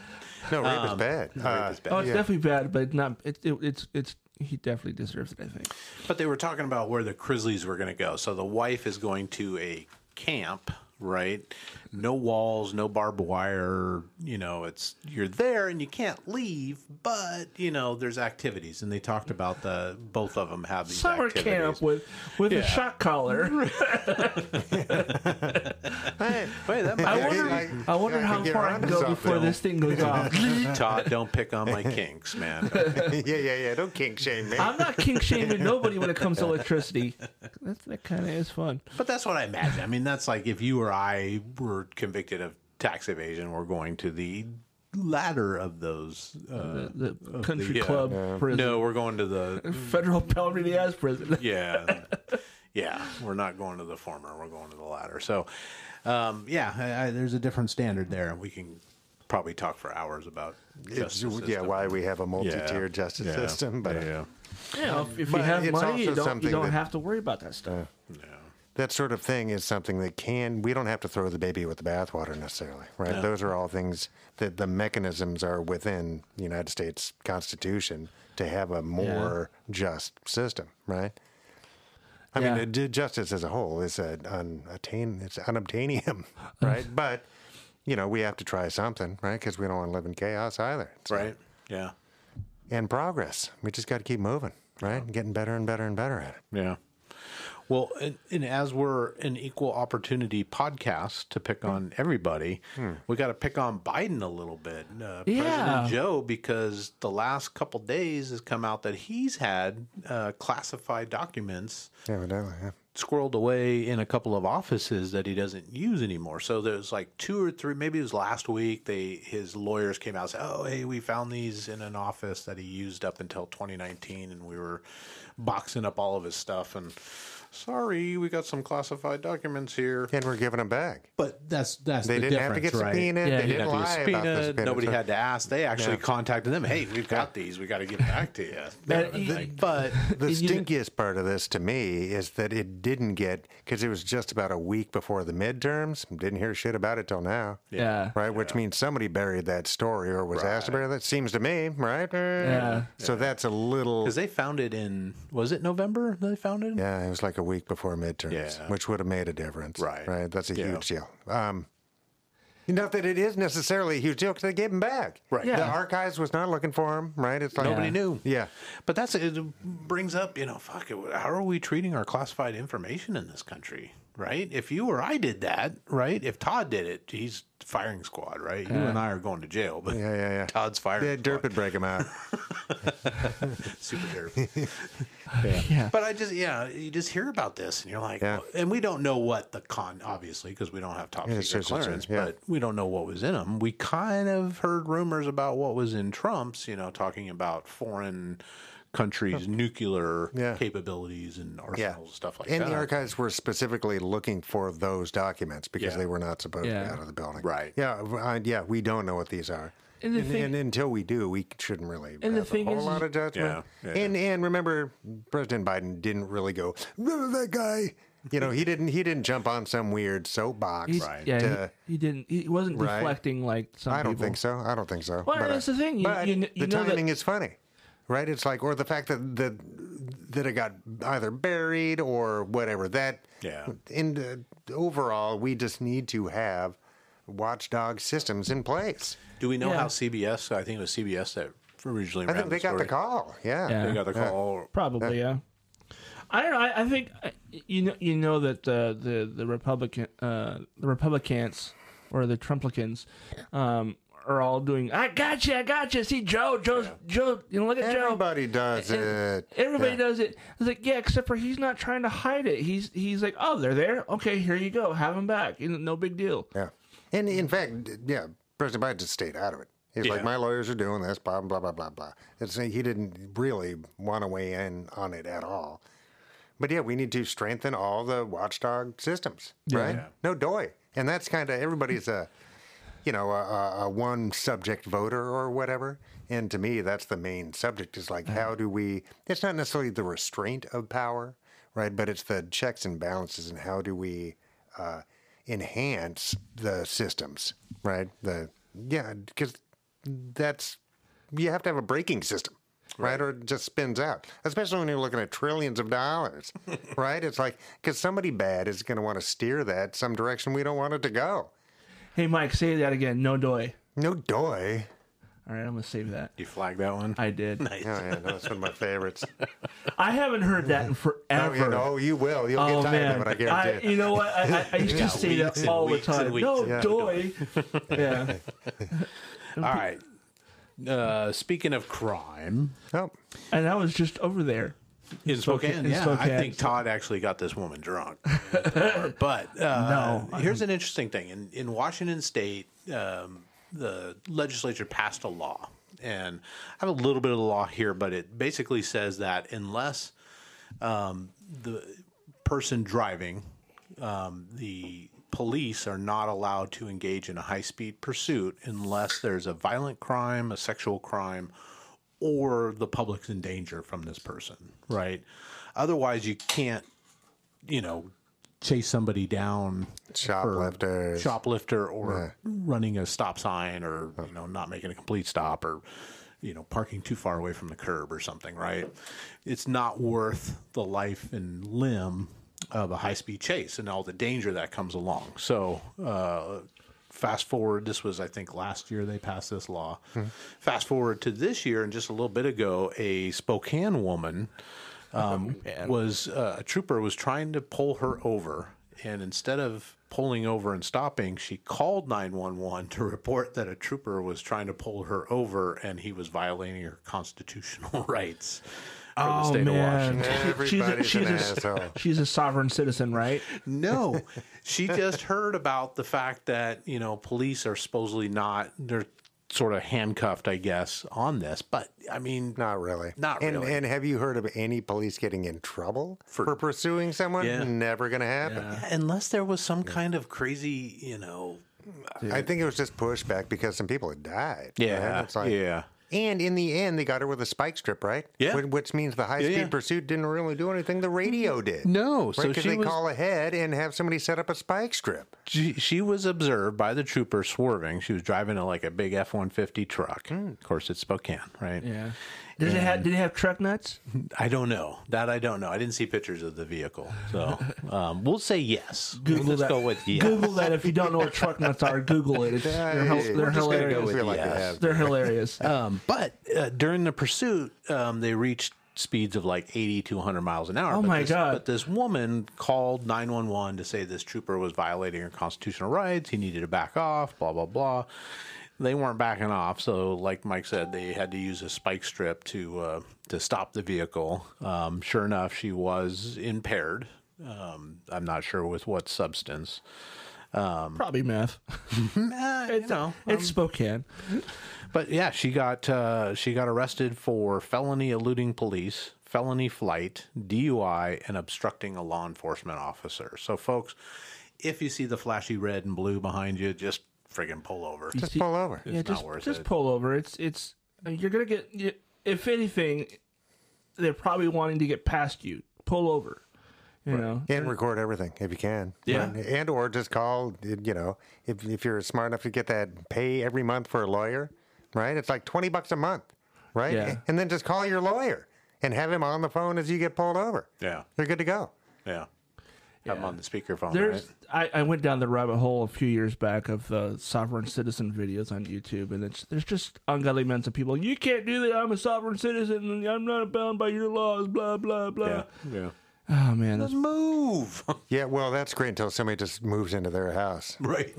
Speaker 2: no, rape is bad. Uh,
Speaker 1: um, rape is bad.
Speaker 3: Oh, it's definitely bad, but not. It, it, it's it's he definitely deserves it. I think.
Speaker 1: But they were talking about where the Grizzlies were going to go. So the wife is going to a camp, right? No walls, no barbed wire. You know, it's you're there and you can't leave, but you know there's activities. And they talked about the both of them have these
Speaker 3: Summer
Speaker 1: activities.
Speaker 3: camp with with a shock collar.
Speaker 2: Uh,
Speaker 1: Wait, that might
Speaker 3: I
Speaker 1: actually-
Speaker 3: wonder.
Speaker 2: I-
Speaker 3: I wonder
Speaker 2: I
Speaker 3: how
Speaker 2: think you're
Speaker 3: far I
Speaker 2: onto
Speaker 3: can go
Speaker 2: something.
Speaker 3: before this thing goes off.
Speaker 1: Todd, don't pick on my kinks, man.
Speaker 2: yeah, yeah, yeah. Don't kink shame me.
Speaker 3: I'm not kink shaming nobody when it comes to electricity. That's, that kind of is fun.
Speaker 1: But that's what I imagine. I mean, that's like if you or I were convicted of tax evasion, we're going to the latter of those. Uh,
Speaker 3: The country
Speaker 1: yeah.
Speaker 3: club prison,
Speaker 1: no, we're going to the
Speaker 3: federal pound me in the ass prison.
Speaker 1: yeah, yeah. We're not going to the former. We're going to the latter. So, um, yeah, I, I, there's a different standard there, and we can probably talk for hours about
Speaker 2: It's,
Speaker 1: justice
Speaker 2: yeah,
Speaker 1: system.
Speaker 2: why we have a
Speaker 1: Yeah.
Speaker 2: multi-tiered justice
Speaker 1: Yeah.
Speaker 2: system, but. uh,
Speaker 1: yeah.
Speaker 3: You know, if, if you
Speaker 2: But
Speaker 3: have
Speaker 2: it's
Speaker 3: money, you
Speaker 2: also
Speaker 3: don't, you
Speaker 2: something
Speaker 3: don't
Speaker 2: that-
Speaker 3: have to worry about that stuff.
Speaker 2: that sort of thing is something that can we don't have to throw the baby with the bathwater necessarily right those are all things that the mechanisms are within the united states constitution to have a more just system right i
Speaker 3: Yeah.
Speaker 2: mean uh, ju- justice as a whole is a unattain it's unobtainium right but you know we have to try something right because we don't want to live in chaos either So-
Speaker 1: Right. Yeah.
Speaker 2: and progress we just got to keep moving right and getting better and better and better at it
Speaker 1: Yeah. Well, and, and as we're an equal opportunity podcast to pick on everybody, we got to pick on Biden a little bit, uh,
Speaker 3: Yeah.
Speaker 1: President Joe, because the last couple days has come out that he's had uh, classified documents
Speaker 2: Yeah, but, uh, yeah.
Speaker 1: squirreled away in a couple of offices that he doesn't use anymore. So there's like two or three, maybe it was last week. They his lawyers came out and said, "Oh, hey, we found these in an office that he used up until 2019, and we were boxing up all of his stuff." And sorry, we got some classified documents here.
Speaker 2: And we're giving them back.
Speaker 1: But that's that's
Speaker 2: They
Speaker 1: the
Speaker 2: didn't have to get
Speaker 1: difference, right?
Speaker 2: subpoenaed.
Speaker 3: Yeah,
Speaker 2: they
Speaker 3: you
Speaker 1: Have
Speaker 2: didn't
Speaker 1: to get
Speaker 2: lie about the
Speaker 1: subpoenaed.
Speaker 2: subpoena.
Speaker 1: Nobody
Speaker 2: So-
Speaker 1: had to ask. They actually contacted them. Hey, we've got these. We got to give them back to you. That kind of
Speaker 3: That-
Speaker 1: thing. but
Speaker 2: The
Speaker 3: And you-
Speaker 2: stinkiest part of this to me is that it didn't get because it was just about a week before the midterms. Didn't hear shit about it till now,
Speaker 3: Yeah.
Speaker 2: right? Which means somebody buried that story or was asked to bury that. Seems to me, right?
Speaker 3: Yeah.
Speaker 2: So that's a little.
Speaker 1: because they found it in was it November? They found it.
Speaker 2: Yeah, it was like a week before midterms,
Speaker 1: Yeah.
Speaker 2: which would have made a difference.
Speaker 1: Right.
Speaker 2: Right. That's a
Speaker 1: Yeah.
Speaker 2: huge deal. Um, not that it is necessarily a huge deal because they gave him back.
Speaker 1: Right.
Speaker 2: The
Speaker 3: Yeah.
Speaker 2: archives was not looking for him. Right. It's like uh,
Speaker 1: Nobody
Speaker 3: Yeah.
Speaker 1: knew.
Speaker 2: Yeah.
Speaker 1: But that's it brings up, you know, fuck it. How are we treating our classified information in this country, right? If you or I did that, right? If Todd did it, he's firing squad, right? You and I are going to jail, but
Speaker 2: Yeah. Yeah. Yeah.
Speaker 1: Todd's firing
Speaker 2: Yeah,
Speaker 1: squad.
Speaker 2: Derp would break him out.
Speaker 1: Super derp.
Speaker 3: Yeah.
Speaker 1: But I just, yeah, you just hear about this, and you're like,
Speaker 2: Yeah.
Speaker 1: and we don't know what the con, obviously, because we don't have top
Speaker 2: Yeah,
Speaker 1: secret
Speaker 2: sure, sure, sure.
Speaker 1: clearance,
Speaker 2: Yeah.
Speaker 1: but we don't know what was in them. We kind of heard rumors about what was in Trump's, you know, talking about foreign countries' nuclear
Speaker 2: Yeah.
Speaker 1: capabilities and
Speaker 2: Yeah.
Speaker 1: arsenals, stuff like
Speaker 2: and
Speaker 1: that.
Speaker 2: the archives were specifically looking for those documents because
Speaker 1: Yeah.
Speaker 2: they were not supposed to
Speaker 3: Yeah.
Speaker 2: be out of the building.
Speaker 1: Right.
Speaker 2: Yeah. Uh, yeah. We don't know what these are.
Speaker 3: And the thing-
Speaker 2: and until we do, we shouldn't really
Speaker 3: And the
Speaker 2: have
Speaker 3: thing
Speaker 2: a whole
Speaker 3: is-
Speaker 2: lot of judgment.
Speaker 1: Yeah, yeah.
Speaker 2: And and remember, President Biden didn't really go "Remember that guy. You know, he didn't he didn't jump on some weird soapbox.
Speaker 3: He's-
Speaker 1: Right.
Speaker 3: Yeah,
Speaker 2: to-
Speaker 3: he, he didn't. He wasn't
Speaker 2: Right.
Speaker 3: deflecting like some
Speaker 2: I don't
Speaker 3: people.
Speaker 2: think so. I don't think so.
Speaker 3: Well, that's the thing. You-
Speaker 2: but
Speaker 3: you kn- you
Speaker 2: the
Speaker 3: know that-
Speaker 2: timing is funny, right? It's like, or the fact that that that it got either buried or whatever. That
Speaker 1: Yeah.
Speaker 2: In uh, overall, we just need to have watchdog systems in place.
Speaker 1: Do we know
Speaker 3: Yeah.
Speaker 1: how CBS, I think it was CBS that originally
Speaker 2: I
Speaker 1: ran
Speaker 2: think they got the
Speaker 1: story.
Speaker 2: call. Yeah.
Speaker 3: Yeah.
Speaker 1: They got the call.
Speaker 3: Probably,
Speaker 2: Uh,
Speaker 3: yeah. I don't know. I, I think uh, you know. You know that uh, the the Republican, uh, the Republicans, or the Trumplicans, um, are all doing. I got you. I got you. See Joe. Joe's Joe. You know, look at Joe.
Speaker 2: Everybody does
Speaker 3: And
Speaker 2: it.
Speaker 3: Everybody
Speaker 2: Yeah.
Speaker 3: does it. It's like yeah, except for he's not trying to hide it. He's he's like, oh, they're there. Okay, here you go. Have them back. You know, no big deal.
Speaker 2: Yeah. And in fact, yeah, President Biden just stayed out of it. He's
Speaker 1: Yeah.
Speaker 2: like, my lawyers are doing this, blah, blah, blah, blah, blah. It's, uh, he didn't really want to weigh in on it at all. But yeah, we need to strengthen all the watchdog systems, right?
Speaker 1: Yeah.
Speaker 2: No doy. And that's kind of everybody's uh, a, you know, a, a, a one subject voter or whatever. And to me, that's the main subject is like, how do we, it's not necessarily the restraint of power, right? But it's the checks and balances and how do we uh, enhance the systems, right? The, yeah, because that's, you have to have a breaking system. Right. or it just spins out, especially when you're looking at trillions of dollars, right? It's like because somebody bad is going to want to steer that some direction we don't want it to go.
Speaker 3: Hey, Mike, say that again. No doy.
Speaker 2: No doy.
Speaker 3: All right, I'm gonna save that.
Speaker 1: You flagged that one?
Speaker 3: I did.
Speaker 2: Oh, yeah, no, that's one of my favorites.
Speaker 3: I haven't heard that in
Speaker 2: oh,
Speaker 3: forever.
Speaker 2: yeah, no, you will. You'll
Speaker 3: Oh
Speaker 2: get tired
Speaker 3: man!
Speaker 2: of it, I guarantee
Speaker 3: you
Speaker 2: it.
Speaker 3: know what? I, e I, I used to say
Speaker 1: weeks
Speaker 3: that
Speaker 1: and
Speaker 3: all the
Speaker 1: weeks and
Speaker 3: time.
Speaker 1: weeks
Speaker 3: No,
Speaker 1: and
Speaker 2: weeks.
Speaker 3: doy. yeah.
Speaker 1: All right. Uh, speaking of crime,
Speaker 2: Oh,
Speaker 3: And I was just over there.
Speaker 1: In Spokane,
Speaker 3: in
Speaker 1: yeah. I
Speaker 3: Spokane.
Speaker 1: think Todd actually got this woman drunk. but uh, here's an interesting thing. In, in Washington state, um, the legislature passed a law. And I have a little bit of the law here, but it basically says that unless um, the person driving, um, the police are not allowed to engage in a high speed pursuit unless there's a violent crime, a sexual crime, or the public's in danger from this person, right? Otherwise, you can't, you know, chase somebody down
Speaker 2: shoplifters.
Speaker 1: shoplifter or running a stop sign or you know not making a complete stop or you know parking too far away from the curb or something right it's not worth the life and limb of a high speed chase and all the danger that comes along so uh, fast forward this was i think last year they passed this law fast forward to this year and just a little bit ago a spokane woman um, was uh, a trooper was trying to pull her over, and instead of pulling over and stopping, she called 911 to report that a trooper was trying to pull her over and he was violating her constitutional rights for the
Speaker 3: Oh
Speaker 1: state of Washington.
Speaker 3: man, She-
Speaker 2: Everybody's
Speaker 3: she's a,
Speaker 2: an
Speaker 3: she's,
Speaker 2: asshole.
Speaker 3: a, she's a sovereign citizen, right?
Speaker 1: No, she just heard about the fact that you know police are supposedly not they're sort of handcuffed, I guess, on this. But I mean,
Speaker 2: Not really.
Speaker 1: Not
Speaker 2: and,
Speaker 1: really.
Speaker 2: And have you heard of any police getting in trouble for, pursuing someone?
Speaker 1: Yeah.
Speaker 2: Never going to happen.
Speaker 1: unless there was some kind of crazy, you know,
Speaker 2: I think it was just pushback because some people had died. right? It's like-
Speaker 1: yeah,
Speaker 2: And in the end, they got her with a spike strip, right?
Speaker 1: Yeah.
Speaker 2: Wh- Which means the high speed
Speaker 1: yeah.
Speaker 2: pursuit didn't really do anything. The radio did.
Speaker 1: no.
Speaker 2: Right?
Speaker 1: So
Speaker 2: Because
Speaker 1: she
Speaker 2: they
Speaker 1: was
Speaker 2: call ahead and have somebody set up a spike strip.
Speaker 1: she, she was observed by the trooper swerving. She was driving a, like a big F one fifty truck. Of course, it's Spokane, right?
Speaker 3: Hmm. Yeah. Does it have? Did it have truck nuts?
Speaker 1: I don't know that. I don't know. I didn't see pictures of the vehicle, so um, we'll say yes.
Speaker 3: Google
Speaker 1: Let's
Speaker 3: that.
Speaker 1: go with yes.
Speaker 3: Google that if you don't know what truck nuts are. Google it. It's, they're hel-
Speaker 2: Hey,
Speaker 3: they're
Speaker 2: we're just gonna go
Speaker 3: hilarious.
Speaker 2: with
Speaker 1: Feel like
Speaker 2: yes.
Speaker 1: they have
Speaker 3: They're hilarious.
Speaker 1: Um, but uh, during the pursuit, um, they reached speeds of like 80 to 100 miles an hour.
Speaker 3: Oh
Speaker 1: but
Speaker 3: my
Speaker 1: this,
Speaker 3: God.
Speaker 1: But this woman called 911 to say this trooper was violating her constitutional rights. He needed to back off, blah, blah, blah. They weren't backing off. So, like Mike said, they had to use a spike strip to, uh, to stop the vehicle. Um, sure enough, she was impaired. Um, I'm not sure with what substance.
Speaker 3: Probably meth.
Speaker 1: Uh, you know,
Speaker 3: It's Spokane.
Speaker 1: But yeah, she got uh, she got arrested for felony eluding police, felony flight, DUI, and obstructing a law enforcement officer. So, folks, if you see the flashy red and blue behind you, just friggin' pull over.
Speaker 2: Just pull over.
Speaker 3: yeah,
Speaker 1: not
Speaker 3: just
Speaker 1: worth
Speaker 3: just
Speaker 1: it.
Speaker 3: pull over. It's it's I mean, you're gonna get you- if anything, they're probably wanting to get past you. Pull over. You know.
Speaker 2: And record everything if you can.
Speaker 1: Yeah.
Speaker 2: And, and or just call, you know, if, if you're smart enough to get that pay every month for a lawyer, right? It's like 20 bucks a month, right?
Speaker 3: Yeah.
Speaker 2: And then just call your lawyer and have him on the phone as you get pulled over.
Speaker 1: Yeah,
Speaker 2: You're good to go.
Speaker 1: yeah. I'm on the speakerphone.
Speaker 3: There's
Speaker 1: right?
Speaker 3: I, I went down the rabbit hole a few years back of uh, sovereign citizen videos on YouTube, and it's there's just ungodly amounts of people. You can't do that. I'm a sovereign citizen, and I'm not bound by your laws. Blah blah blah.
Speaker 1: yeah, yeah.
Speaker 3: Oh man, that's
Speaker 1: Move
Speaker 2: Yeah, well, that's great until somebody just moves into their house.
Speaker 1: right.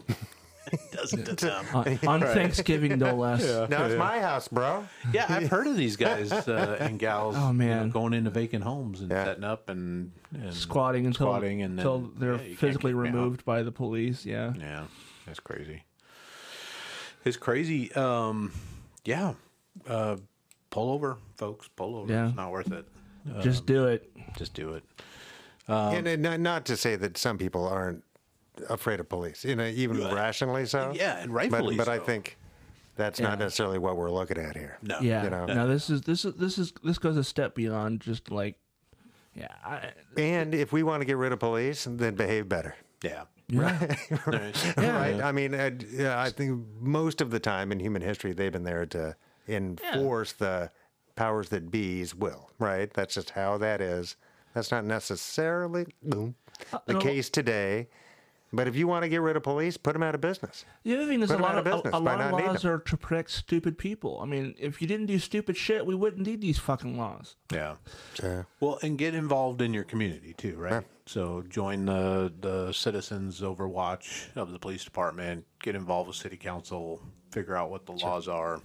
Speaker 1: Doesn't to them.
Speaker 3: on, on Thanksgiving no less.
Speaker 2: No, it's my house, bro.
Speaker 1: Yeah, I've heard of these guys uh, and gals.
Speaker 3: Oh,
Speaker 1: you know,
Speaker 3: man.
Speaker 1: going into vacant homes and
Speaker 2: Yeah.
Speaker 1: setting up and, and
Speaker 3: Squatting until
Speaker 1: Squatting and then-
Speaker 3: until
Speaker 1: yeah,
Speaker 3: they're
Speaker 1: you can't
Speaker 3: physically
Speaker 1: kick me out.
Speaker 3: removed by the police. Yeah.
Speaker 1: Yeah, that's crazy. It's crazy. Um, yeah, uh, pull over, folks. Pull over.
Speaker 3: Yeah.
Speaker 1: It's not worth it.
Speaker 3: just do it.
Speaker 1: Just do it. Um,
Speaker 2: and and not, not to say that some people aren't afraid of police, you know, even rationally so.
Speaker 1: Yeah, and
Speaker 2: but,
Speaker 1: rightfully.
Speaker 2: but I
Speaker 1: so.
Speaker 2: think that's not necessarily what we're looking at here.
Speaker 1: no.
Speaker 3: Yeah.
Speaker 2: you know.
Speaker 3: No, this is this is this is this goes a step beyond just like yeah, I,
Speaker 2: And if we want to get rid of police, then behave better.
Speaker 1: Yeah.
Speaker 3: yeah.
Speaker 1: Right.
Speaker 2: Right? I mean, I, yeah, I think most of the time in human history, they've been there to enforce the powers that be's will, right? That's just how that is. That's not necessarily boom, the
Speaker 3: no.
Speaker 2: case today. But if you want to get rid of police, put them out of business.
Speaker 3: The other thing is a
Speaker 2: Put 'em out
Speaker 3: lot of
Speaker 2: of
Speaker 3: a,
Speaker 2: business
Speaker 3: a
Speaker 2: by
Speaker 3: lot of
Speaker 2: not needing
Speaker 3: laws
Speaker 2: them.
Speaker 3: are to protect stupid people. I mean, if you didn't do stupid shit, we wouldn't need these fucking laws.
Speaker 1: Yeah.
Speaker 2: Sure.
Speaker 1: Well, and get involved in your community too, right? So join the the citizens overwatch of the police department. Get involved with city council. Figure out what the laws are.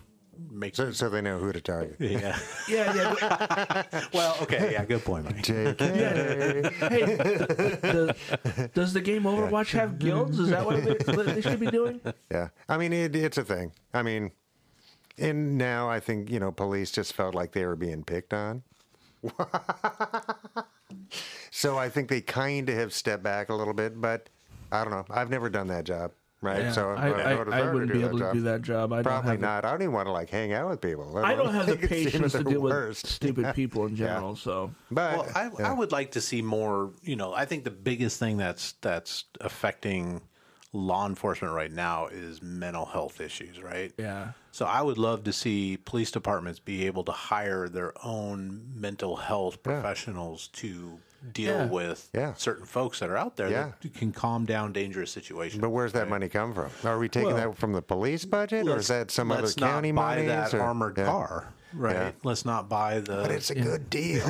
Speaker 1: Make
Speaker 2: So, so they know who to target.
Speaker 1: yeah.
Speaker 3: Yeah, yeah.
Speaker 1: well, okay, yeah, good point. Mike.
Speaker 2: JK.
Speaker 3: Hey, the, does the game Overwatch have guilds? Is that what they, they should be doing?
Speaker 2: Yeah. I mean, it, it's a thing. I mean, and now I think, you know, police just felt like they were being picked on. so I think they kind of have stepped back a little bit, but I don't know. I've never done that job, right?
Speaker 3: Yeah,
Speaker 2: so
Speaker 3: I,
Speaker 2: don't
Speaker 3: I,
Speaker 2: know what it's
Speaker 3: I
Speaker 2: hard
Speaker 3: wouldn't be able
Speaker 2: job.
Speaker 3: to do that job. I
Speaker 2: Probably
Speaker 3: don't have
Speaker 2: not. I don't even want to like hang out with people.
Speaker 3: The, I don't have the
Speaker 2: It's even
Speaker 3: patience to
Speaker 2: the
Speaker 3: deal with
Speaker 2: worst.
Speaker 3: stupid people in general. So
Speaker 2: But
Speaker 1: Well, I, I would like to see more. You know, I think the biggest thing that's that's affecting law enforcement right now is mental health issues, right?
Speaker 3: yeah,
Speaker 1: So I would love to see police departments be able to hire their own mental health professionals to deal
Speaker 3: Yeah.
Speaker 1: with
Speaker 2: Yeah.
Speaker 1: certain folks that are out there
Speaker 2: Yeah.
Speaker 1: that can calm down dangerous situations.
Speaker 2: but where's that money come from? Are we taking that from the police budget, or is that some other
Speaker 1: Let's not
Speaker 2: county
Speaker 1: buy
Speaker 2: money?
Speaker 1: that
Speaker 2: or,
Speaker 1: armored
Speaker 2: yeah.
Speaker 1: car. right?
Speaker 2: Yeah.
Speaker 1: Let's not buy the.
Speaker 2: But it's a good deal.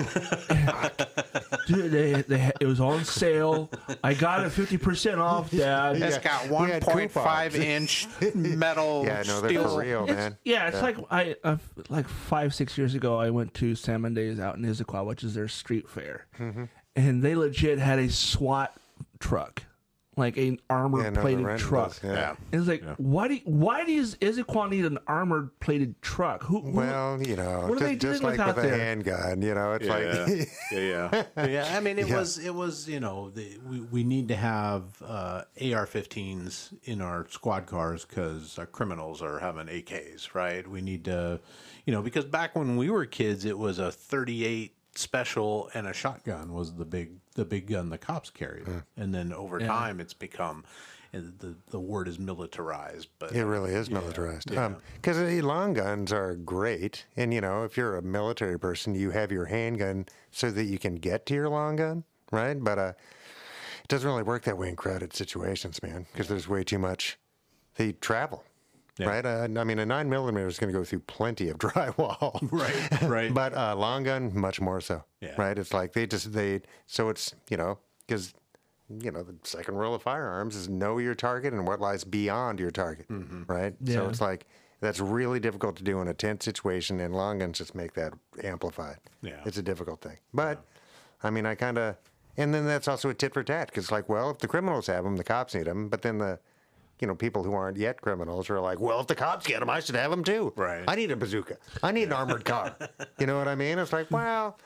Speaker 3: Dude, they, they, had- it was on sale. I got it fifty percent off, Dad.
Speaker 2: Yeah.
Speaker 3: It's-
Speaker 1: It's got
Speaker 2: we had
Speaker 1: 1.5
Speaker 2: coupons.
Speaker 1: inch metal
Speaker 2: yeah, no, they're
Speaker 1: steel.
Speaker 2: for real, Oh, man.
Speaker 3: yeah, it's like I uh, like five six years ago. I went to Salmon Days out in Issaquah, which is their street fair,
Speaker 2: Mm-hmm.
Speaker 3: and they legit had a SWAT truck, like an
Speaker 2: Yeah,
Speaker 3: armor
Speaker 2: no,
Speaker 3: plated
Speaker 2: rent
Speaker 3: truck.
Speaker 2: was- yeah.
Speaker 3: And it's like, why do why does Issaquah need an armored plated truck? Who, who
Speaker 2: Well, you know,
Speaker 3: What are they
Speaker 2: just, just
Speaker 3: doing
Speaker 2: like with
Speaker 3: without
Speaker 2: a
Speaker 3: there?
Speaker 2: handgun, you know, it's like
Speaker 4: yeah, yeah.
Speaker 1: Yeah, I mean, it was it was you know the, we we need to have uh, AR-15s in our squad cars because our criminals are having AKs, right? We need to, you know, because back when we were kids, it was a 38 special and a shotgun was the big the big gun the cops carried, and then over time it's become and the the word is militarized, but
Speaker 2: It really is militarized. Because the long guns are great. And, you know, if you're a military person, you have your handgun so that you can get to your long gun, right? But uh, it doesn't really work that way in crowded situations, man, because there's way too much. They travel, right? Uh, I mean, a nine millimeter is going to go through plenty of drywall.
Speaker 1: right, right,
Speaker 2: But uh, long gun, much more so.
Speaker 1: Yeah.
Speaker 2: Right? It's like they just they so it's you know because you know the second rule of firearms is know your target and what lies beyond your target.
Speaker 1: Mm-hmm.
Speaker 2: Right? So
Speaker 3: Yeah.
Speaker 2: it's like that's really difficult to do in a tense situation, and long guns just make that amplified.
Speaker 1: Yeah.
Speaker 2: It's a difficult thing, but I mean, I kind of. And then that's also a tit for tat because, like, well, if the criminals have them, the cops need them. But then the, you know, people who aren't yet criminals are like, well, if the cops get them, I should have them too.
Speaker 1: Right.
Speaker 2: I need a bazooka. I need an armored car. You know what I mean? It's like, well,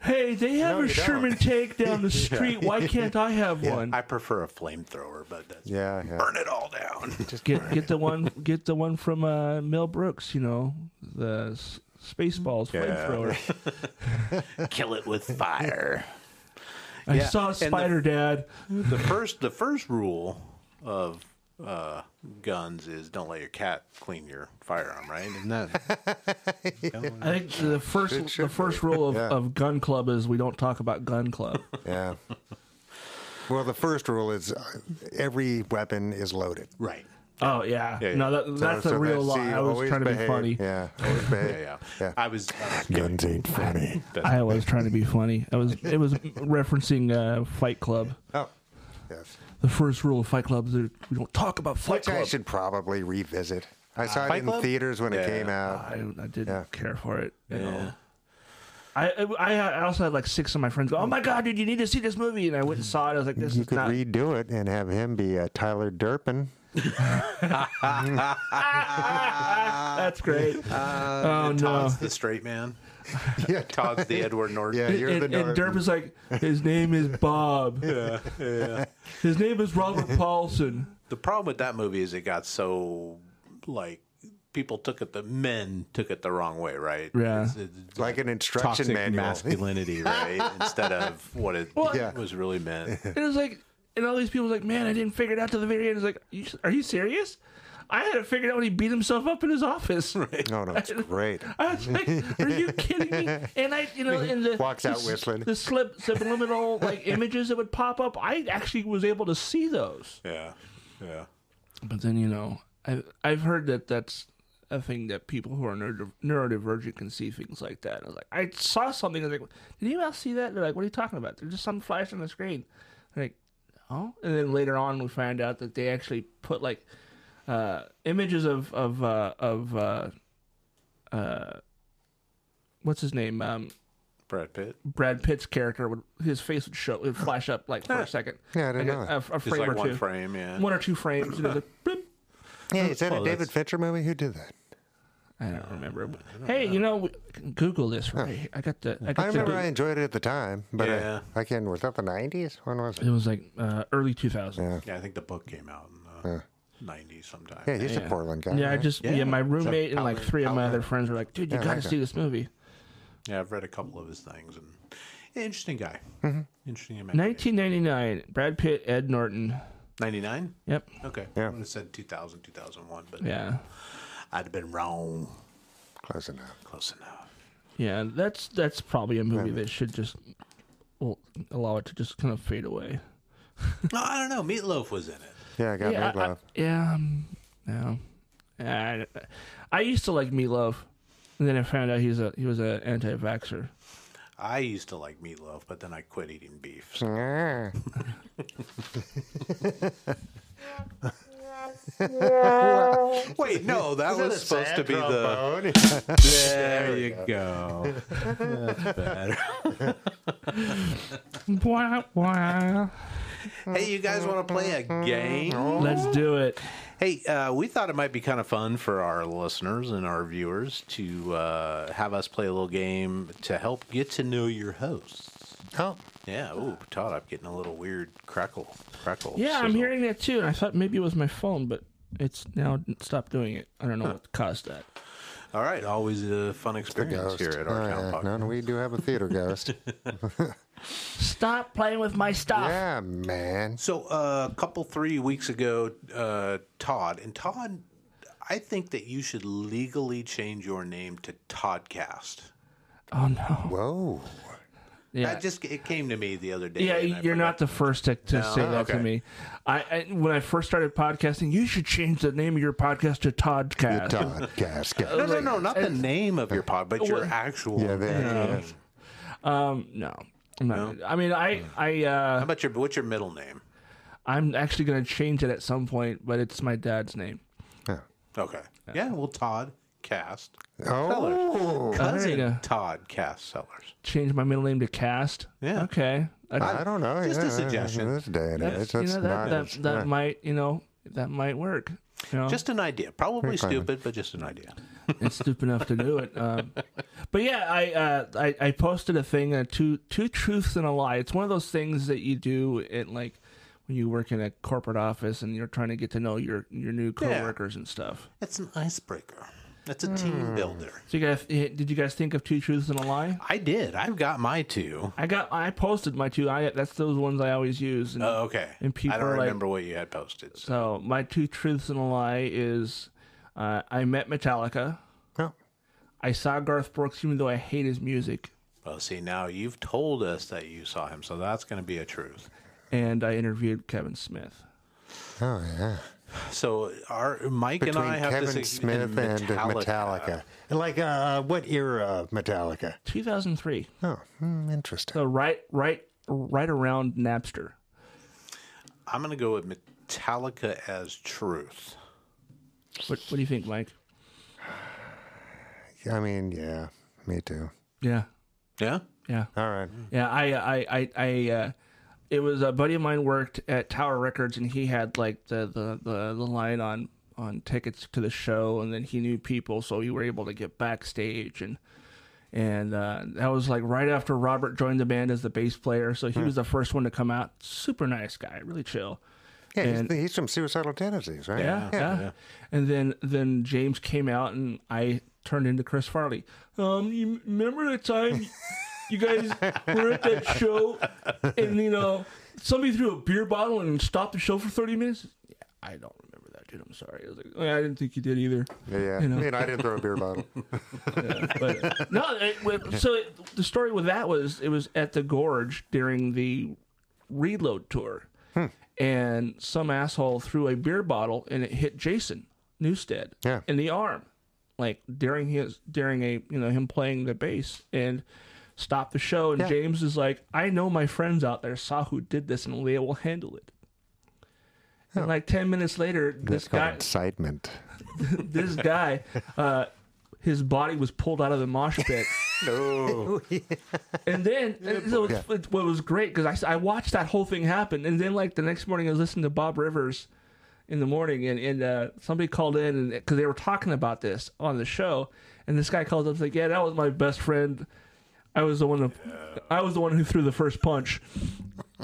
Speaker 3: hey, they have
Speaker 2: No,
Speaker 3: a
Speaker 2: you don't.
Speaker 3: Sherman tank down the street. Why can't I have one?
Speaker 1: I prefer a flamethrower, but that's
Speaker 2: yeah, yeah.
Speaker 1: burn it all down.
Speaker 3: Just get get the one get the one from uh, Mel Brooks. You know the s-
Speaker 2: Mm-hmm.
Speaker 3: Spaceballs flamethrower.
Speaker 1: Kill it with fire.
Speaker 3: I
Speaker 1: Yeah,
Speaker 3: saw a
Speaker 1: and the-
Speaker 3: spider, Dad.
Speaker 1: the first the first rule of uh, guns is don't let your cat clean your firearm, right? Isn't that
Speaker 3: I think the first the first rule of,
Speaker 2: Yeah.
Speaker 3: of gun club is we don't talk about gun club.
Speaker 2: yeah. Well, the first rule is uh, every weapon is loaded.
Speaker 1: right?
Speaker 3: oh yeah,
Speaker 1: yeah.
Speaker 3: no, that, that's
Speaker 2: So
Speaker 3: a real
Speaker 2: that's-
Speaker 3: lie.
Speaker 2: see,
Speaker 3: I was
Speaker 2: always
Speaker 3: trying to be
Speaker 2: behave.
Speaker 3: funny.
Speaker 2: Yeah, always
Speaker 1: Yeah,
Speaker 2: behave.
Speaker 1: yeah.
Speaker 2: Yeah.
Speaker 1: I was, uh, I was giving
Speaker 2: Guns ain't funny.
Speaker 3: I was trying to be funny. I was it was referencing uh, Fight Club.
Speaker 2: Oh, yes.
Speaker 3: The first rule of Fight Club is that we don't talk about Fight
Speaker 2: Which I
Speaker 3: Club.
Speaker 2: should probably revisit. I saw
Speaker 1: Fight
Speaker 2: it in
Speaker 1: Club?
Speaker 2: theaters when
Speaker 1: Yeah.
Speaker 2: it came out.
Speaker 3: I, I didn't
Speaker 2: Yeah.
Speaker 3: care for it at all. I, I I also had like six of my friends go, oh my god, dude, you need to see this movie, and I went and saw it. I was like, this
Speaker 2: You
Speaker 3: is
Speaker 2: could
Speaker 3: not.
Speaker 2: redo it and have him be uh, Tyler Durpin.
Speaker 3: That's great.
Speaker 2: Uh,
Speaker 3: oh no.
Speaker 1: Todd's the straight man.
Speaker 2: Yeah,
Speaker 1: Todd's the Edward Norton.
Speaker 2: yeah, you're
Speaker 3: and,
Speaker 2: the
Speaker 3: and
Speaker 2: Durpin.
Speaker 3: Derp is like, his name is Bob. His name is Robert Paulson.
Speaker 1: The problem with that movie is it got so like people took it the men took it the wrong way, right?
Speaker 3: Yeah.
Speaker 1: it's
Speaker 2: Like an instruction
Speaker 1: toxic
Speaker 2: manual.
Speaker 1: masculinity, right? Instead of what it
Speaker 2: Yeah.
Speaker 1: was really meant.
Speaker 3: And it's like, and all these people like, man, I didn't figure it out till the very end. It's like, you, are you serious? I had it figured out when he beat himself up in his office.
Speaker 2: Oh, No, no, it's great.
Speaker 3: I was like, "Are you kidding me?" And I, you know, in the
Speaker 2: Walks out
Speaker 3: the,
Speaker 2: whistling.
Speaker 3: The slip subliminal like images that would pop up. I actually was able to see those.
Speaker 1: Yeah, yeah.
Speaker 3: But then you know, I I've heard that that's a thing that people who are neuro- neurodivergent can see things like that. And I was like, I saw something. I was like, did anybody else see that? They're like, what are you talking about? There's just some flash on the screen. I'm like, oh. And then later on, we find out that they actually put like uh, images of of uh, of uh, uh, what's his name? Um,
Speaker 1: Brad Pitt.
Speaker 3: Brad Pitt's character would his face would show would flash up like for a second.
Speaker 2: Yeah, I didn't
Speaker 3: Like a-
Speaker 2: know that.
Speaker 3: a- a
Speaker 1: Just
Speaker 3: frame
Speaker 1: like
Speaker 3: or
Speaker 1: one
Speaker 3: two.
Speaker 1: frame, yeah.
Speaker 3: One or two frames. And it was like, bloop.
Speaker 2: Yeah, is that
Speaker 1: Oh,
Speaker 2: a David
Speaker 1: that's-
Speaker 2: Fincher movie? Who did that?
Speaker 3: I don't remember. hey, you know, Google this. Right? here. I got the. I, got
Speaker 2: I remember
Speaker 3: the,
Speaker 2: I enjoyed it at the time, but uh,
Speaker 1: Yeah.
Speaker 2: I, I can't. Was that the nineties? When was
Speaker 3: It
Speaker 2: it?
Speaker 3: was like uh, early 2000s. Yeah,
Speaker 1: Yeah, I think the book came out in the 90s sometime.
Speaker 2: Yeah, he's a Portland guy.
Speaker 3: I
Speaker 2: right?
Speaker 3: just Uh-huh. yeah. my roommate and like
Speaker 1: Howard-
Speaker 3: three of my other friends were like, dude, you got to
Speaker 2: like
Speaker 3: see this movie.
Speaker 1: Yeah, I've read a couple of his things and interesting guy. Interesting imagination.
Speaker 3: 1999, Brad Pitt, Ed Norton.
Speaker 1: 99?
Speaker 3: Yep.
Speaker 1: Okay.
Speaker 2: Yeah.
Speaker 1: I would have said 2000, 2001, but
Speaker 3: Yeah.
Speaker 1: I'd have been wrong.
Speaker 2: close enough.
Speaker 1: Close enough.
Speaker 3: Yeah, that's that's probably a movie that should just well, allow it to just kind of fade away.
Speaker 1: No, I don't know. Meatloaf was in it.
Speaker 2: Yeah, I got
Speaker 3: yeah,
Speaker 2: yeah,
Speaker 3: I, I, yeah, um, yeah. I, I used to like Meatloaf. And then I found out he's a he was an anti-vaxxer.
Speaker 1: I used to like meatloaf, but then I quit eating beef. So Wait, no, that was supposed to be the.
Speaker 2: the.
Speaker 1: There you go. That's better.
Speaker 3: Wah, wah.
Speaker 1: hey, you guys want to play a game?
Speaker 3: Let's do it.
Speaker 1: Hey, uh, we thought it might be kind of fun for our listeners and our viewers to uh, have us play a little game to help get to know your hosts.
Speaker 2: Oh,
Speaker 1: Yeah. Ooh, Todd, I'm getting a little weird crackle. Crackle.
Speaker 3: Yeah, I'm
Speaker 1: sizzle.
Speaker 3: hearing that too, and I thought maybe it was my phone, but it's now stopped doing it. I don't know what caused that.
Speaker 1: All right. Always a fun experience
Speaker 2: ghost.
Speaker 1: here at our
Speaker 2: Oh,
Speaker 1: town
Speaker 2: yeah.
Speaker 1: podcast.
Speaker 2: No, we do have a theater ghost.
Speaker 3: Stop playing with my stuff.
Speaker 2: yeah, man.
Speaker 1: So uh, a couple three weeks ago, uh, Todd and Todd, I think that you should legally change your name to Toddcast.
Speaker 3: Oh no.
Speaker 2: Whoa.
Speaker 3: Yeah.
Speaker 1: That just it came to me the other day.
Speaker 3: yeah,
Speaker 1: and I
Speaker 3: you're not
Speaker 1: forgot.
Speaker 3: the first to, to say that to
Speaker 1: okay.
Speaker 3: me. I, I when I first started podcasting, you should change the name of your podcast to Toddcast.
Speaker 2: Todd Gaskin.
Speaker 1: No, no, no, not the name of your pod, but your actual.
Speaker 2: Yeah, there.
Speaker 1: name.
Speaker 2: yes.
Speaker 3: Um, no, I'm not. I mean, I, I,
Speaker 1: How
Speaker 3: uh,
Speaker 1: about your what's your middle name?
Speaker 3: I'm actually gonna change it at some point, but it's my dad's name.
Speaker 2: Yeah.
Speaker 1: Okay. Yeah, well, Todd Cast
Speaker 2: Oh,
Speaker 3: you
Speaker 1: cousin
Speaker 3: go.
Speaker 1: Todd Cast Sellers.
Speaker 3: Change my middle name to Cast.
Speaker 1: Yeah.
Speaker 3: Okay. That's,
Speaker 2: I don't know.
Speaker 1: Just a
Speaker 2: yeah,
Speaker 1: suggestion.
Speaker 2: This day and age,
Speaker 3: that's-
Speaker 2: that's,
Speaker 3: you know
Speaker 2: not.
Speaker 3: that that, that might you know that might work. You know,
Speaker 1: Just an idea. Probably
Speaker 2: clever.
Speaker 1: stupid, but just an idea.
Speaker 3: it's stupid enough to do it. Um, but yeah, I, uh, I I posted a thing, uh, two two truths and a lie. It's one of those things that you do in like when you work in a corporate office and you're trying to get to know your your new coworkers and stuff.
Speaker 1: It's an icebreaker. It's a
Speaker 2: Hmm.
Speaker 1: team builder.
Speaker 3: So you guys, eh, did you guys think of two truths and a lie?
Speaker 1: I did. I've got my two.
Speaker 3: I got I posted my two. I that's those ones I always use. And
Speaker 1: Oh, okay.
Speaker 3: And people
Speaker 1: I don't
Speaker 3: are like-
Speaker 1: remember what you had posted. So.
Speaker 3: so my two truths and a lie is uh, I met Metallica.
Speaker 2: Oh,
Speaker 3: I saw Garth Brooks even though I hate his music,
Speaker 1: Well, see, now you've told us that you saw him, so that's going to be a truth.
Speaker 3: and I interviewed Kevin Smith.
Speaker 2: oh, yeah.
Speaker 1: So, our Mike
Speaker 2: Between
Speaker 1: and I have
Speaker 2: Kevin
Speaker 1: this
Speaker 2: Smith and Metallica. And like, uh, what era of Metallica?
Speaker 3: 2003.
Speaker 2: Oh, hmm, interesting.
Speaker 3: So right, right, right around Napster.
Speaker 1: I'm going to go with Metallica as truth.
Speaker 3: What, what do you think, Mike?
Speaker 2: I mean, yeah, me too.
Speaker 3: Yeah,
Speaker 1: Yeah.
Speaker 3: yeah,
Speaker 2: All right.
Speaker 3: yeah. I, I, I, I. Uh, it was a buddy of mine worked at Tower Records, and he had like the the the, the line on on tickets to the show, and then he knew people, so we were able to get backstage and. And uh, that was like right after Robert joined the band as the bass player, so he was the first one to come out. Super nice guy, really chill.
Speaker 2: Yeah,
Speaker 3: And-
Speaker 2: he's, he's from Suicidal Tendencies, right?
Speaker 3: Yeah, yeah. And then then James came out, and I turned into Chris Farley. Um, you remember the time you guys were at that show, and you know somebody threw a beer bottle and stopped the show for thirty minutes? Yeah, I don't remember that, dude. I'm sorry. I was like, "Oh, yeah, I didn't think you did either.
Speaker 2: Yeah, yeah.
Speaker 3: You know.
Speaker 2: I mean, I didn't throw a beer bottle.
Speaker 3: But no, it, it- so it, the story with that was it was at the gorge during the reload tour, and some asshole threw a beer bottle and it hit Jason Newstead
Speaker 2: Yeah.
Speaker 3: in the arm, like during his during a you know him playing the bass and stopped the show. And James is like, I know my friends out there saw who did this and they will handle it. And like ten minutes later, this
Speaker 2: It's called
Speaker 3: guy
Speaker 2: incitement.
Speaker 3: this guy, uh, his body was pulled out of the mosh pit.
Speaker 2: No.
Speaker 3: And then and so it's, it's- what was great because I, watched that whole thing happen, and then like the next morning I listened to Bob Rivers in the morning, and and uh, somebody called in and because they were talking about this on the show, and this guy calls up and like, yeah, that was my best friend. I was the one who, I was the one who threw the first punch,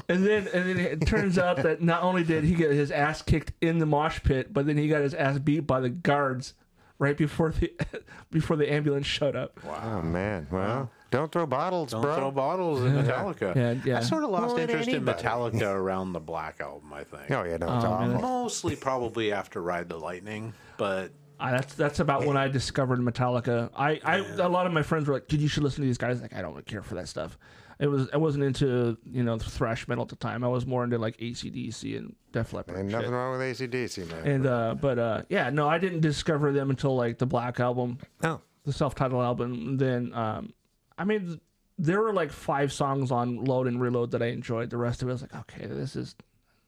Speaker 3: and then and then it turns out that not only did he get his ass kicked in the mosh pit, but then he got his ass beat by the guards right before the before the ambulance showed up.
Speaker 2: oh, man. Well, don't throw bottles,
Speaker 1: Don't
Speaker 2: bro.
Speaker 1: throw bottles in Metallica.
Speaker 3: Yeah, yeah.
Speaker 1: I sort of lost
Speaker 2: Well, it ain't
Speaker 1: interest in
Speaker 2: anybody.
Speaker 1: Metallica around the Black Album, I think.
Speaker 2: Oh, yeah, no, it's awful.
Speaker 1: Mostly probably after Ride the Lightning, but
Speaker 3: Uh, that's that's about when I discovered Metallica. I, I a lot of my friends were like, "Dude, you should listen to these guys." Like, I don't really care for that stuff. It was I wasn't into you know thrash metal at the time. I was more into like ACDC and Def Leppard.
Speaker 2: And
Speaker 3: And,
Speaker 2: nothing wrong with ACDC, man.
Speaker 3: and uh, but uh, yeah, no, I didn't discover them until like the Black Album.
Speaker 2: no.
Speaker 3: the self-titled album. Then, um, I mean, there were like five songs on Load and Reload that I enjoyed. The rest of it I was like, okay, this is,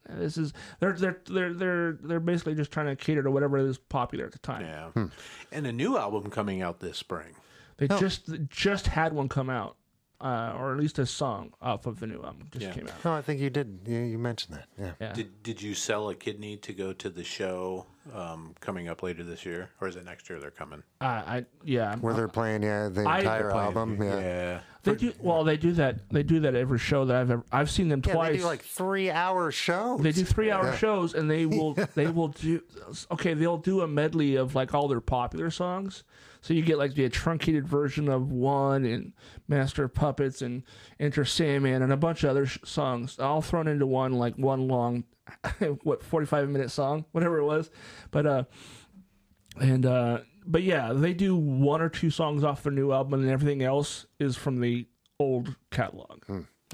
Speaker 3: this is they're they're they're they're they're basically just trying to cater to whatever is popular at the time.
Speaker 1: Yeah. Hmm. And a new album coming out this spring.
Speaker 3: They just just had one come out, uh, or at least a song off of the new album just
Speaker 1: Yeah.
Speaker 3: came out.
Speaker 2: No, I think you did. You, you mentioned that. Yeah.
Speaker 3: Yeah.
Speaker 1: Did Did you sell a kidney to go to the show um, coming up later this year, or is it next year they're coming?
Speaker 3: Uh, I yeah.
Speaker 2: Where they're playing, yeah, the
Speaker 3: Uh, I-
Speaker 2: entire
Speaker 1: Playing-
Speaker 2: album. Yeah. yeah.
Speaker 1: yeah.
Speaker 3: They do well. They do that. They do that every show that I've ever. I've seen them twice.
Speaker 2: they do like three hour shows.
Speaker 3: They do three hour
Speaker 2: Yeah.
Speaker 3: shows and they will they will do okay, they'll do a medley of like all their popular songs. So you get like the truncated version of one and Master of Puppets and Enter Sandman and a bunch of other sh- songs all thrown into one like one long what 45 minute song, whatever it was. But uh and uh but yeah, they do one or two songs off their new album and everything else is from the old catalog.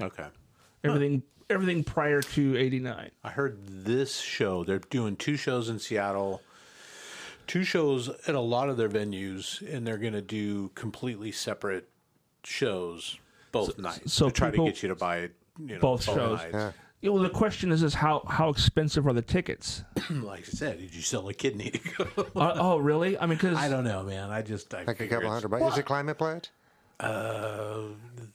Speaker 1: Okay.
Speaker 3: Everything everything prior to 89.
Speaker 1: I heard this show. They're doing two shows in Seattle, two shows at a lot of their venues, and they're going to do completely separate shows both nights
Speaker 3: so
Speaker 1: to try
Speaker 3: people-
Speaker 1: to get you to buy you know,
Speaker 3: both shows.
Speaker 1: nights.
Speaker 3: Yeah, well, the question is, is how how expensive are the tickets?
Speaker 1: Like I said, did you sell a kidney to go?
Speaker 3: Uh, oh, really? I mean, because
Speaker 1: I don't know, man. I just I
Speaker 2: Like a
Speaker 1: figure
Speaker 2: couple
Speaker 1: it's
Speaker 2: hundred bucks. Is it Climate Pledge?
Speaker 1: Uh,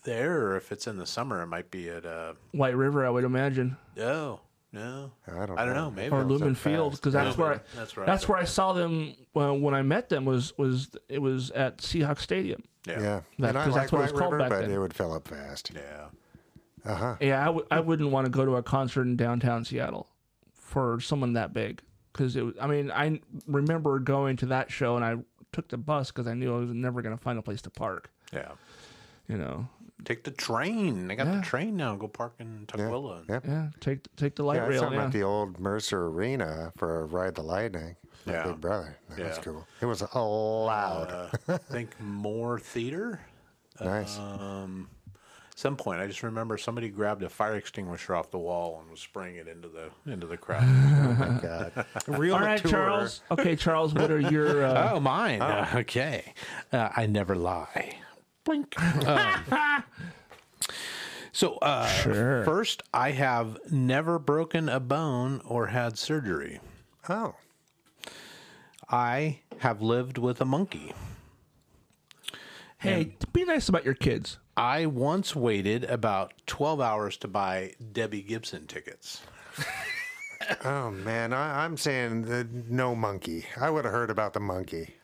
Speaker 1: there, or if it's in the summer, it might be at uh,
Speaker 3: White River, I would imagine,
Speaker 1: no, no.
Speaker 2: I don't
Speaker 1: I don't
Speaker 2: know.
Speaker 1: know. Maybe
Speaker 3: or
Speaker 1: it was-
Speaker 3: Lumen Fields, because that's where I,
Speaker 1: Lumen,
Speaker 3: that's
Speaker 1: that's
Speaker 3: where
Speaker 1: right.
Speaker 3: that's where I saw them uh, when I met them. Was was it was at Seahawks Stadium?
Speaker 1: yeah, yeah.
Speaker 2: Yeah.
Speaker 3: That-
Speaker 2: and I
Speaker 3: 'cause
Speaker 2: like
Speaker 3: that's what it was
Speaker 2: White
Speaker 3: called
Speaker 2: River,
Speaker 3: back
Speaker 2: but
Speaker 3: then.
Speaker 2: it would fill up fast. Uh-huh,
Speaker 3: Yeah, I w- I wouldn't want to go to a concert in downtown Seattle for someone that big, because it. Was, I mean, I remember going to that show and I took the bus because I knew I was never going to find a place to park.
Speaker 1: yeah.
Speaker 3: You know,
Speaker 1: Take the train. They got
Speaker 3: Yeah.
Speaker 1: the train now. Go park in Tukwila.
Speaker 2: Yeah.
Speaker 3: yeah, take take the light
Speaker 2: Yeah, I was
Speaker 3: rail.
Speaker 2: talking
Speaker 3: yeah.
Speaker 2: about the old Mercer Arena for Ride the Lightning. My
Speaker 1: Yeah.
Speaker 2: Big Brother. That was
Speaker 1: Yeah.
Speaker 2: cool. It was loud.
Speaker 1: Uh, I think more theater. Uh,
Speaker 2: nice.
Speaker 1: Um, some point, I just remember somebody grabbed a fire extinguisher off the wall and was spraying it into the into the crowd.
Speaker 2: God. Real
Speaker 3: All right,
Speaker 2: tour.
Speaker 3: Charles. Okay, Charles, what are your uh,
Speaker 1: oh, mine. Uh, okay, uh, I never lie. Blink. So, uh,
Speaker 3: Sure.
Speaker 1: first, I have never broken a bone or had surgery.
Speaker 2: Oh.
Speaker 1: I have lived with a monkey.
Speaker 3: Hey, be nice about your kids.
Speaker 1: I once waited about 12 hours to buy Debbie Gibson tickets.
Speaker 2: Oh, man. I, I'm saying the, no monkey. I would have heard about the monkey.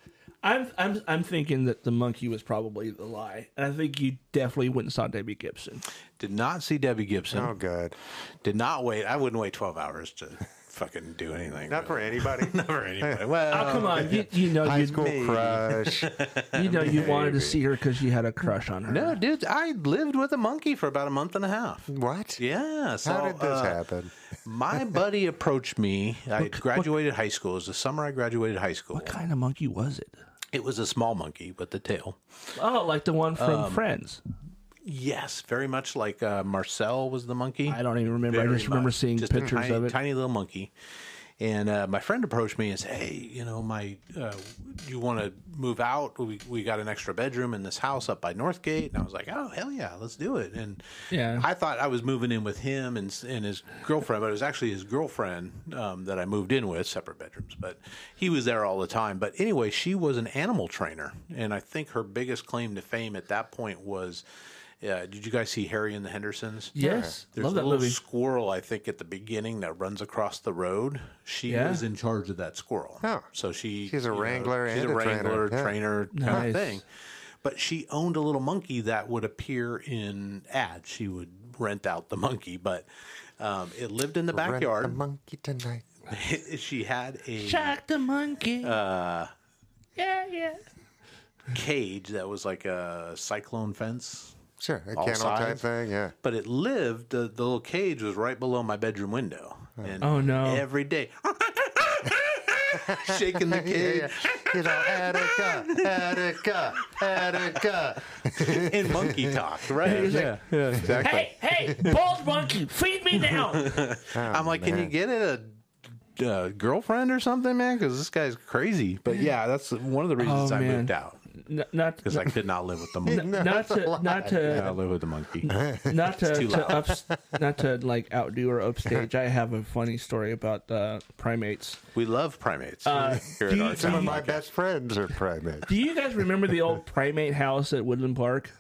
Speaker 3: I'm I'm I'm thinking that the monkey was probably the lie, and I think you definitely went and saw Debbie Gibson.
Speaker 1: Did not see Debbie Gibson.
Speaker 2: Oh, good.
Speaker 1: Did not wait. I wouldn't wait 12 hours to fucking do anything.
Speaker 2: Not for anybody.
Speaker 1: for anybody. Well,
Speaker 3: oh come on, you, you know
Speaker 2: High
Speaker 3: you
Speaker 2: school crush.
Speaker 3: you know you wanted to see her because you had a crush on her.
Speaker 1: no, dude, I lived with a monkey for about a month and a half.
Speaker 2: what?
Speaker 1: Yeah. So,
Speaker 2: How did this
Speaker 1: uh,
Speaker 2: happen?
Speaker 1: My buddy approached me. I graduated high school. It was the summer I graduated high school.
Speaker 3: What kind of monkey was it?
Speaker 1: It was a small monkey with the tail.
Speaker 3: Oh, like the one from Friends.
Speaker 1: Yes, very much like uh, Marcel was the monkey.
Speaker 3: I don't even remember. I
Speaker 1: Very
Speaker 3: just remember
Speaker 1: much.
Speaker 3: seeing
Speaker 1: Just a
Speaker 3: pictures
Speaker 1: tiny,
Speaker 3: of it.
Speaker 1: Tiny little monkey. And uh, my friend approached me and said, "Hey, you know, my, uh, you want to move out? We, we got an extra bedroom in this house up by Northgate." And I was like, "Oh hell yeah, let's do it!" And
Speaker 3: Yeah.
Speaker 1: I thought I was moving in with him and s- and his girlfriend, but it was actually his girlfriend um, that I moved in with, separate bedrooms. But he was there all the time. But anyway, she was an animal trainer, and I think her biggest claim to fame at that point was, uh, did you guys see Harry and the Hendersons?
Speaker 3: yes,
Speaker 1: There's
Speaker 3: love
Speaker 1: a
Speaker 3: that
Speaker 1: little
Speaker 3: movie.
Speaker 1: squirrel, I think, at the beginning that runs across the road. She
Speaker 3: Yeah.
Speaker 1: was in charge of that squirrel.
Speaker 2: Oh.
Speaker 1: So she
Speaker 2: She's a
Speaker 1: you know,
Speaker 2: wrangler
Speaker 1: she's
Speaker 2: and
Speaker 1: a
Speaker 2: a trainer.
Speaker 1: wrangler,
Speaker 2: Yeah.
Speaker 1: trainer kind
Speaker 3: Nice.
Speaker 1: of thing. But she owned a little monkey that would appear in ads. She would rent out the monkey, but um, it lived in the
Speaker 2: Rent
Speaker 1: backyard.
Speaker 2: the monkey tonight.
Speaker 1: she had a
Speaker 3: Jack the monkey.
Speaker 1: Uh,
Speaker 3: yeah, yeah.
Speaker 1: cage that was like a cyclone fence.
Speaker 2: Sure, a
Speaker 1: All
Speaker 2: kennel type
Speaker 1: sides.
Speaker 2: thing. Yeah.
Speaker 1: But it lived. The, the little cage was right below my bedroom window, and
Speaker 3: Oh, no.
Speaker 1: every day shaking the cage.
Speaker 2: Yeah, yeah. You know, Attica, Attica, Attica.
Speaker 1: in monkey talk, right?
Speaker 3: Yeah, yeah.
Speaker 2: Exactly.
Speaker 3: Hey, hey, bald monkey, feed me now.
Speaker 1: I'm like, can you get it a, a girlfriend or something, man? Because this guy's crazy. But yeah, that's one of the reasons
Speaker 3: Oh,
Speaker 1: I
Speaker 3: man.
Speaker 1: moved out.
Speaker 3: n- not
Speaker 1: because I could not live with the monkey.
Speaker 3: n- not to not
Speaker 1: I
Speaker 3: to
Speaker 1: live with the monkey.
Speaker 3: not to,
Speaker 1: too
Speaker 3: to ups, not to like outdo or upstage. I have a funny story about uh, primates.
Speaker 1: We love primates here at
Speaker 3: do
Speaker 1: our
Speaker 3: you-
Speaker 2: Some of
Speaker 1: town.
Speaker 2: my best friends are primates.
Speaker 3: Do you guys remember the old primate house at Woodland Park?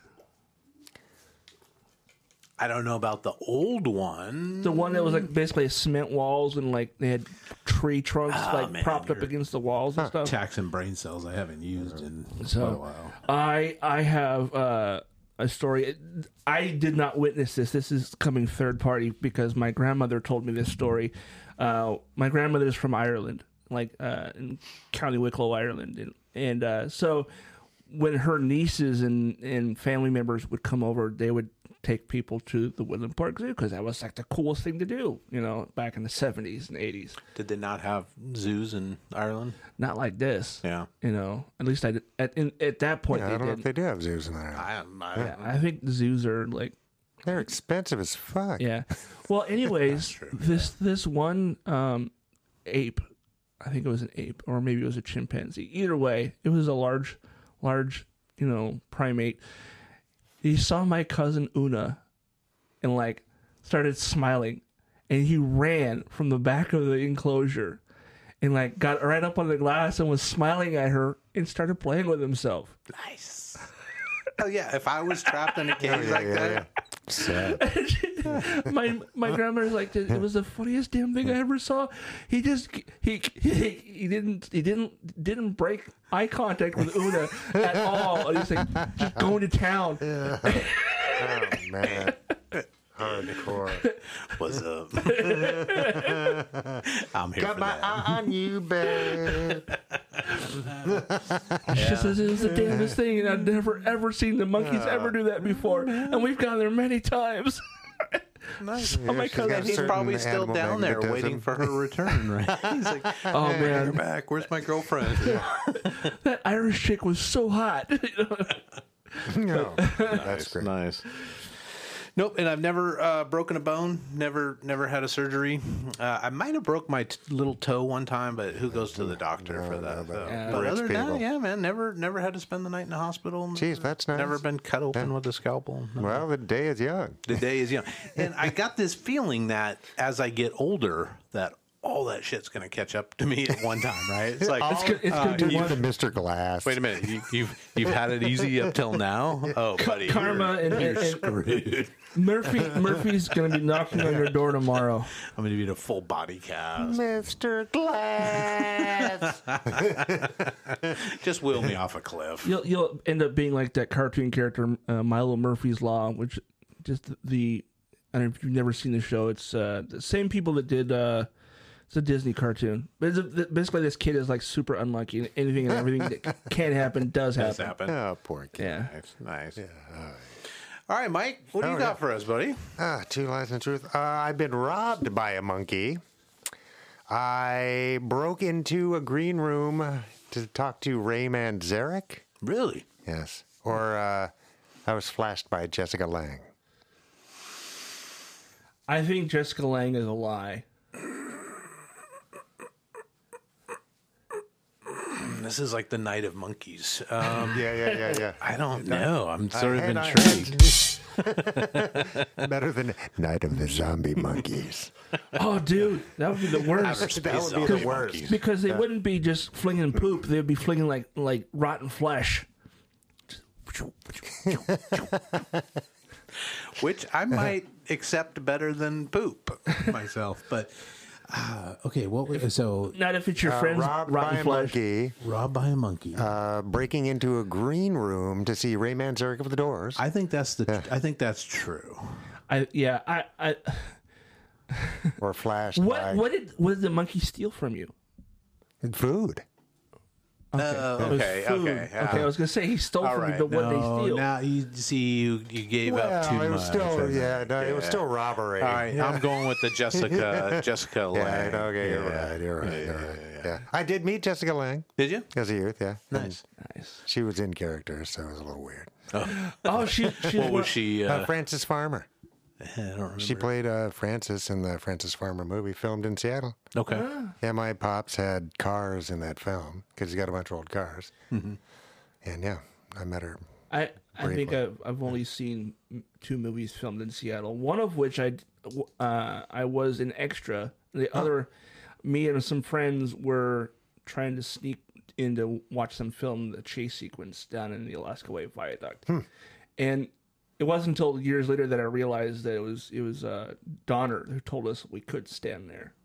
Speaker 1: I don't know about the old one.
Speaker 3: The one that was like basically cement walls and like they had tree trunks
Speaker 1: Ah,
Speaker 3: like
Speaker 1: man,
Speaker 3: propped up
Speaker 1: you're-
Speaker 3: against the walls and stuff.
Speaker 1: Taxing brain cells I haven't used in
Speaker 3: So
Speaker 1: quite a while.
Speaker 3: I I have uh, a story. I did not witness this. This is coming third party because my grandmother told me this story. Uh, my grandmother is from Ireland, like uh, in County Wicklow, Ireland, and and uh, so when her nieces and and family members would come over, they would take people to the Woodland Park Zoo because that was like the coolest thing to do, you know, back in the seventies and eighties.
Speaker 1: Did they not have zoos in Ireland?
Speaker 3: Not like this,
Speaker 1: Yeah.
Speaker 3: you know. At least I did, at in, at that point
Speaker 2: I
Speaker 3: they
Speaker 2: don't know if
Speaker 3: did.
Speaker 2: they do have zoos in there.
Speaker 1: I, I,
Speaker 3: Yeah, I think zoos are like
Speaker 2: They're expensive as fuck.
Speaker 3: yeah. Well, anyways, this this one um, ape, I think it was an ape or maybe it was a chimpanzee. Either way, it was a large, large you know primate. He saw my cousin Una, and like started smiling, and he ran from the back of the enclosure, and like got right up on the glass and was smiling at her and started playing with himself.
Speaker 1: Nice. Oh yeah, if I was trapped in a cage
Speaker 2: Oh, Yeah,
Speaker 1: like
Speaker 2: yeah,
Speaker 1: that,
Speaker 2: yeah. Sad.
Speaker 3: my my grandmother's like it was the funniest damn thing I ever saw. He just he he, he didn't he didn't didn't break eye contact with Una at all. And He's like just going to town.
Speaker 2: Oh, man. Hardcore.
Speaker 1: what's
Speaker 2: uh,
Speaker 1: up? I'm here
Speaker 2: Got
Speaker 1: for
Speaker 2: my
Speaker 1: that.
Speaker 2: eye on you, babe.
Speaker 3: She says it was the damnest thing, and I've never ever seen the monkeys ever do that before. And we've gone there many times.
Speaker 1: Nice.
Speaker 3: Oh my
Speaker 2: she's got
Speaker 3: cousin,
Speaker 1: He's
Speaker 2: certain
Speaker 1: probably still
Speaker 2: animal
Speaker 1: down there
Speaker 2: magnetism.
Speaker 1: waiting for her return, right? He's like,
Speaker 3: oh
Speaker 1: "You're
Speaker 3: man,
Speaker 1: back. Where's my girlfriend?
Speaker 3: that Irish chick was so hot. You know?
Speaker 2: No, that's great.
Speaker 1: Nice. Nope, and I've never uh, broken a bone. Never, never had a surgery. Uh, I might have broke my t- little toe one time, but who goes to the doctor for that?
Speaker 2: no, but-
Speaker 1: though?
Speaker 2: Yeah.
Speaker 1: but
Speaker 2: Rich
Speaker 1: other than
Speaker 2: people.
Speaker 1: that, yeah, man, never, never had to spend the night in the hospital.
Speaker 2: Jeez, that's nice.
Speaker 1: Never been cut open with a scalpel. No.
Speaker 2: Well, the day is young.
Speaker 1: The day is young, and I got this feeling that as I get older, that all that shit's gonna catch up to me at one time, right? It's like
Speaker 3: It's gonna, it's gonna
Speaker 2: Turn
Speaker 3: be
Speaker 2: into
Speaker 3: one
Speaker 2: Mr. Glass.
Speaker 1: Wait a minute. You, you've you've had it easy up till now. Oh, buddy,
Speaker 3: karma and, and, and
Speaker 1: you're screwed.
Speaker 3: Murphy Murphy's gonna be knocking on your door tomorrow.
Speaker 1: I'm gonna need a full body cast.
Speaker 2: Mr. Glass.
Speaker 1: Just wheel me off a cliff.
Speaker 3: You'll you'll end up being like that cartoon character uh, Milo Murphy's Law, which just the I don't know if you've never seen the show. It's uh, the same people that did uh, it's a Disney cartoon. But it's a, basically, this kid is like super unlucky, and anything and everything that can happen does happen.
Speaker 1: That's happened.
Speaker 2: oh, poor kid.
Speaker 3: Yeah.
Speaker 1: Nice, nice. All right, Mike. What do you
Speaker 2: Oh,
Speaker 1: got
Speaker 2: yeah.
Speaker 1: for us, buddy?
Speaker 2: Ah, two lies and truth. Uh, I've been robbed by a monkey. I broke into a green room to talk to Rayman Zarek.
Speaker 1: Really?
Speaker 2: Yes. Or uh, I was flashed by Jessica Lang.
Speaker 3: I think Jessica Lang is a lie.
Speaker 1: Mm, This is like the night of monkeys. Um,
Speaker 2: Yeah, yeah, yeah, yeah.
Speaker 1: I don't know. I'm sort of
Speaker 2: And I
Speaker 1: intrigued.
Speaker 2: had- better than Night of the Zombie Monkeys.
Speaker 3: Oh, dude, that would be the worst.
Speaker 2: that would be the worst.
Speaker 3: Because they wouldn't be just flinging poop; they'd be flinging like like rotten flesh.
Speaker 1: which I might accept better than poop myself. But uh, okay, what was so
Speaker 3: Not if it's your friend's
Speaker 2: Uh, Robbed by
Speaker 3: rotten
Speaker 2: a
Speaker 3: flesh.
Speaker 2: monkey,
Speaker 1: robbed by a monkey?
Speaker 2: uh, breaking into a green room to see Rayman Zarek with the doors.
Speaker 1: I think that's the. I think that's true.
Speaker 3: I yeah I I
Speaker 2: or flashed
Speaker 3: what
Speaker 2: by
Speaker 3: what did what did the monkey steal from you?
Speaker 2: food.
Speaker 1: Uh,
Speaker 3: It was
Speaker 1: okay,
Speaker 3: food.
Speaker 1: okay, yeah.
Speaker 3: I was gonna say he stole
Speaker 1: All
Speaker 3: from
Speaker 1: right.
Speaker 3: you, but what
Speaker 1: No,
Speaker 3: they steal?
Speaker 1: Now you see, you, you gave up too
Speaker 2: Well,
Speaker 1: much.
Speaker 2: it was still
Speaker 1: I
Speaker 2: yeah,
Speaker 1: think.
Speaker 2: no, it was
Speaker 1: Yeah.
Speaker 2: still robbery.
Speaker 1: All right, I'm going with the Jessica Jessica
Speaker 2: Yeah,
Speaker 1: Lang.
Speaker 2: okay, you're
Speaker 1: Yeah.
Speaker 2: right, you're right, you're
Speaker 1: Yeah,
Speaker 2: right.
Speaker 1: yeah,
Speaker 2: Yeah,
Speaker 1: yeah. Mm.
Speaker 2: I did meet Jessica Lang
Speaker 1: Did you?
Speaker 2: as a youth. Yeah, And
Speaker 1: Nice.
Speaker 3: Nice.
Speaker 2: She was in character, so it was a little weird.
Speaker 3: Oh, she she
Speaker 1: What was she?
Speaker 2: Uh,
Speaker 1: Uh,
Speaker 2: Frances Farmer.
Speaker 1: I don't remember.
Speaker 2: She played uh, Frances in the Frances Farmer movie filmed in Seattle.
Speaker 1: okay.
Speaker 2: Yeah, my
Speaker 1: Mm-hmm.
Speaker 2: pops had cars in that film because he's got a bunch of old cars. And yeah, I met her.
Speaker 3: I, I think
Speaker 2: Briefly.
Speaker 3: I've, I've only seen m- two movies filmed in Seattle. One of which I d- w- uh, I was an extra. The other, me and some friends were trying to sneak in to watch them film the chase sequence down in the Alaska Way Viaduct,
Speaker 2: Hmm.
Speaker 3: and it wasn't until years later that I realized that it was it was uh, Donner who told us we could stand there.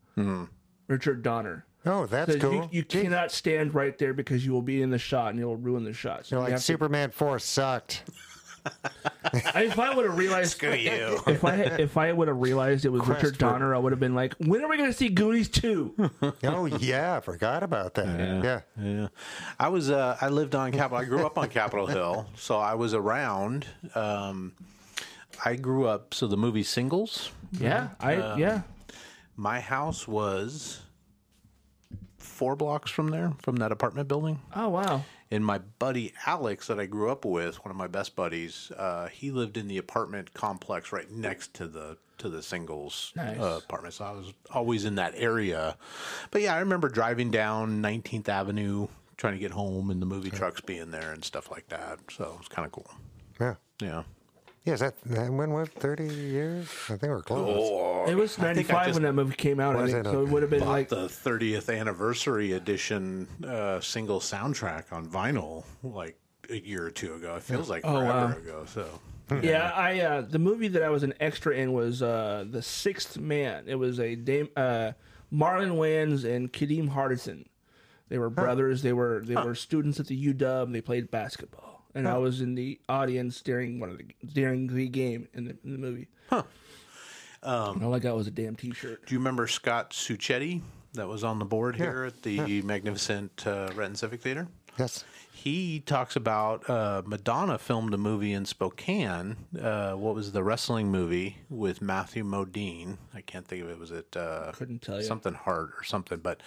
Speaker 3: Richard Donner.
Speaker 2: Oh, that's
Speaker 3: Says,
Speaker 2: Hmm. cool.
Speaker 3: You, you
Speaker 2: Gee,
Speaker 3: cannot stand right there because you will be in the shot and you'll ruin the shot. So
Speaker 2: you're
Speaker 3: you
Speaker 2: like
Speaker 3: have to-
Speaker 2: Superman Four sucked.
Speaker 3: I- if I would have realized,
Speaker 1: you.
Speaker 3: if I if I would have realized it was Richard
Speaker 2: for-
Speaker 3: Donner, I would have been like, when are we going to see Goonies two?
Speaker 2: Oh yeah, I forgot about that. Yeah.
Speaker 1: Yeah, I was. Uh, I lived on Capitol. I grew up on Capitol Hill, so I was around. Um, I grew up. So the movie Singles.
Speaker 3: yeah, I
Speaker 1: Um,
Speaker 3: yeah.
Speaker 1: My house was four blocks from there, from that apartment building.
Speaker 3: Oh wow.
Speaker 1: And my buddy Alex, that I grew up with, one of my best buddies, uh, he lived in the apartment complex right next to the to the singles
Speaker 3: Nice.
Speaker 1: uh, apartment. So I was always in that area. But yeah, I remember driving down 19th Avenue, trying to get home, and the movie trucks being there and stuff like that. So it was kind of cool.
Speaker 2: yeah.
Speaker 1: Yeah.
Speaker 2: Yes, that, that when was thirty years? I think we're close.
Speaker 1: Oh,
Speaker 3: It was
Speaker 1: I
Speaker 3: ninety
Speaker 1: think I
Speaker 3: five
Speaker 1: just
Speaker 3: when that movie came out. I
Speaker 2: Was
Speaker 3: think.
Speaker 2: it?
Speaker 3: So it would have been like
Speaker 1: the 30th anniversary edition uh, single soundtrack on vinyl like a year or two ago. It feels like
Speaker 3: Oh,
Speaker 1: forever ago. So
Speaker 3: yeah. I uh, the movie that I was an extra in was uh, the Sixth Man. It was a Dame, uh, Marlon Wayans and Kadeem Hardison. They were brothers. They were they were students at the UW. They played basketball, and I was in the audience during one of the during the game in the, in the movie. Huh. Um, all I got was a damn T-shirt.
Speaker 1: Do you remember Scott Suchetti that was on the board here at the magnificent uh, Renton Civic Theater?
Speaker 2: Yes.
Speaker 1: He talks about uh, Madonna filmed a movie in Spokane. Uh, what was the wrestling movie with Matthew Modine? I can't think of it. Was it uh,
Speaker 3: Couldn't tell you.
Speaker 1: something hard or something? But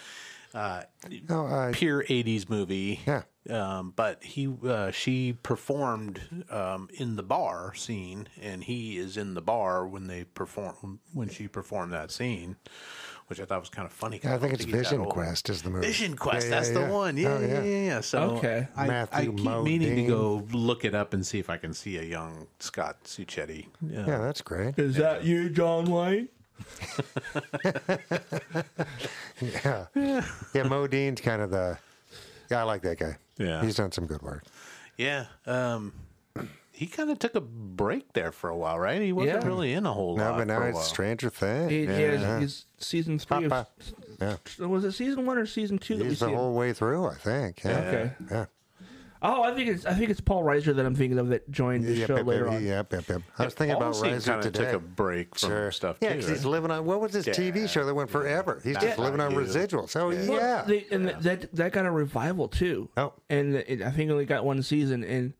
Speaker 1: uh,
Speaker 2: No, uh,
Speaker 1: pure '80s movie.
Speaker 2: Yeah.
Speaker 1: Um, but he, uh, she performed um, in the bar scene, and he is in the bar when they perform when she performed that scene, which I thought was kind of funny. 'cause
Speaker 2: I think
Speaker 1: don't
Speaker 2: it's
Speaker 1: he's that
Speaker 2: Vision
Speaker 1: old.
Speaker 2: Quest is the movie.
Speaker 1: Vision Quest,
Speaker 2: Yeah, yeah,
Speaker 1: that's
Speaker 2: yeah.
Speaker 1: the one. Yeah,
Speaker 2: Oh,
Speaker 1: yeah, yeah, yeah. So
Speaker 3: Okay.
Speaker 1: I, I
Speaker 2: Matthew
Speaker 1: keep meaning to
Speaker 2: Modine.
Speaker 1: go look it up and see if I can see a young Scott Suchetti. Yeah.
Speaker 2: Yeah, that's great.
Speaker 3: Is that you, John Wayne?
Speaker 2: Yeah. Yeah, Mo Dean's kind of the. Yeah, I like that guy.
Speaker 1: Yeah. Oh,
Speaker 2: He's done some good work.
Speaker 1: Yeah. Um, he kind of took a break there for a while, right? He wasn't
Speaker 3: Yeah.
Speaker 1: really in a whole
Speaker 2: No,
Speaker 1: lot.
Speaker 2: but now
Speaker 1: for a
Speaker 2: it's
Speaker 1: while.
Speaker 2: Stranger Things.
Speaker 3: He, he has- he's season three
Speaker 2: Papa. Yeah.
Speaker 3: of was it season one or season two that we
Speaker 2: He's
Speaker 3: see
Speaker 2: the
Speaker 3: him?
Speaker 2: whole way through, I think. Yeah.
Speaker 3: Okay.
Speaker 2: Yeah.
Speaker 3: Oh, I think it's I think it's Paul Reiser that I'm thinking of that joined the
Speaker 2: Yep,
Speaker 3: show
Speaker 2: yep,
Speaker 3: later
Speaker 2: yep,
Speaker 3: on.
Speaker 2: yep, yep, yep. I was thinking about
Speaker 1: Paul Rudd
Speaker 2: Riser
Speaker 1: kind of
Speaker 2: today.
Speaker 1: took a break from
Speaker 2: Sure.
Speaker 1: stuff
Speaker 2: yeah,
Speaker 1: too.
Speaker 2: 'cause
Speaker 1: right?
Speaker 2: he's living on what was his TV show that went forever? He's just
Speaker 1: Yeah.
Speaker 2: living on
Speaker 1: Yeah.
Speaker 2: residuals. Oh yeah,
Speaker 3: Well, they- and that that got a revival too.
Speaker 2: Oh.
Speaker 3: and it, I think it only got one season. And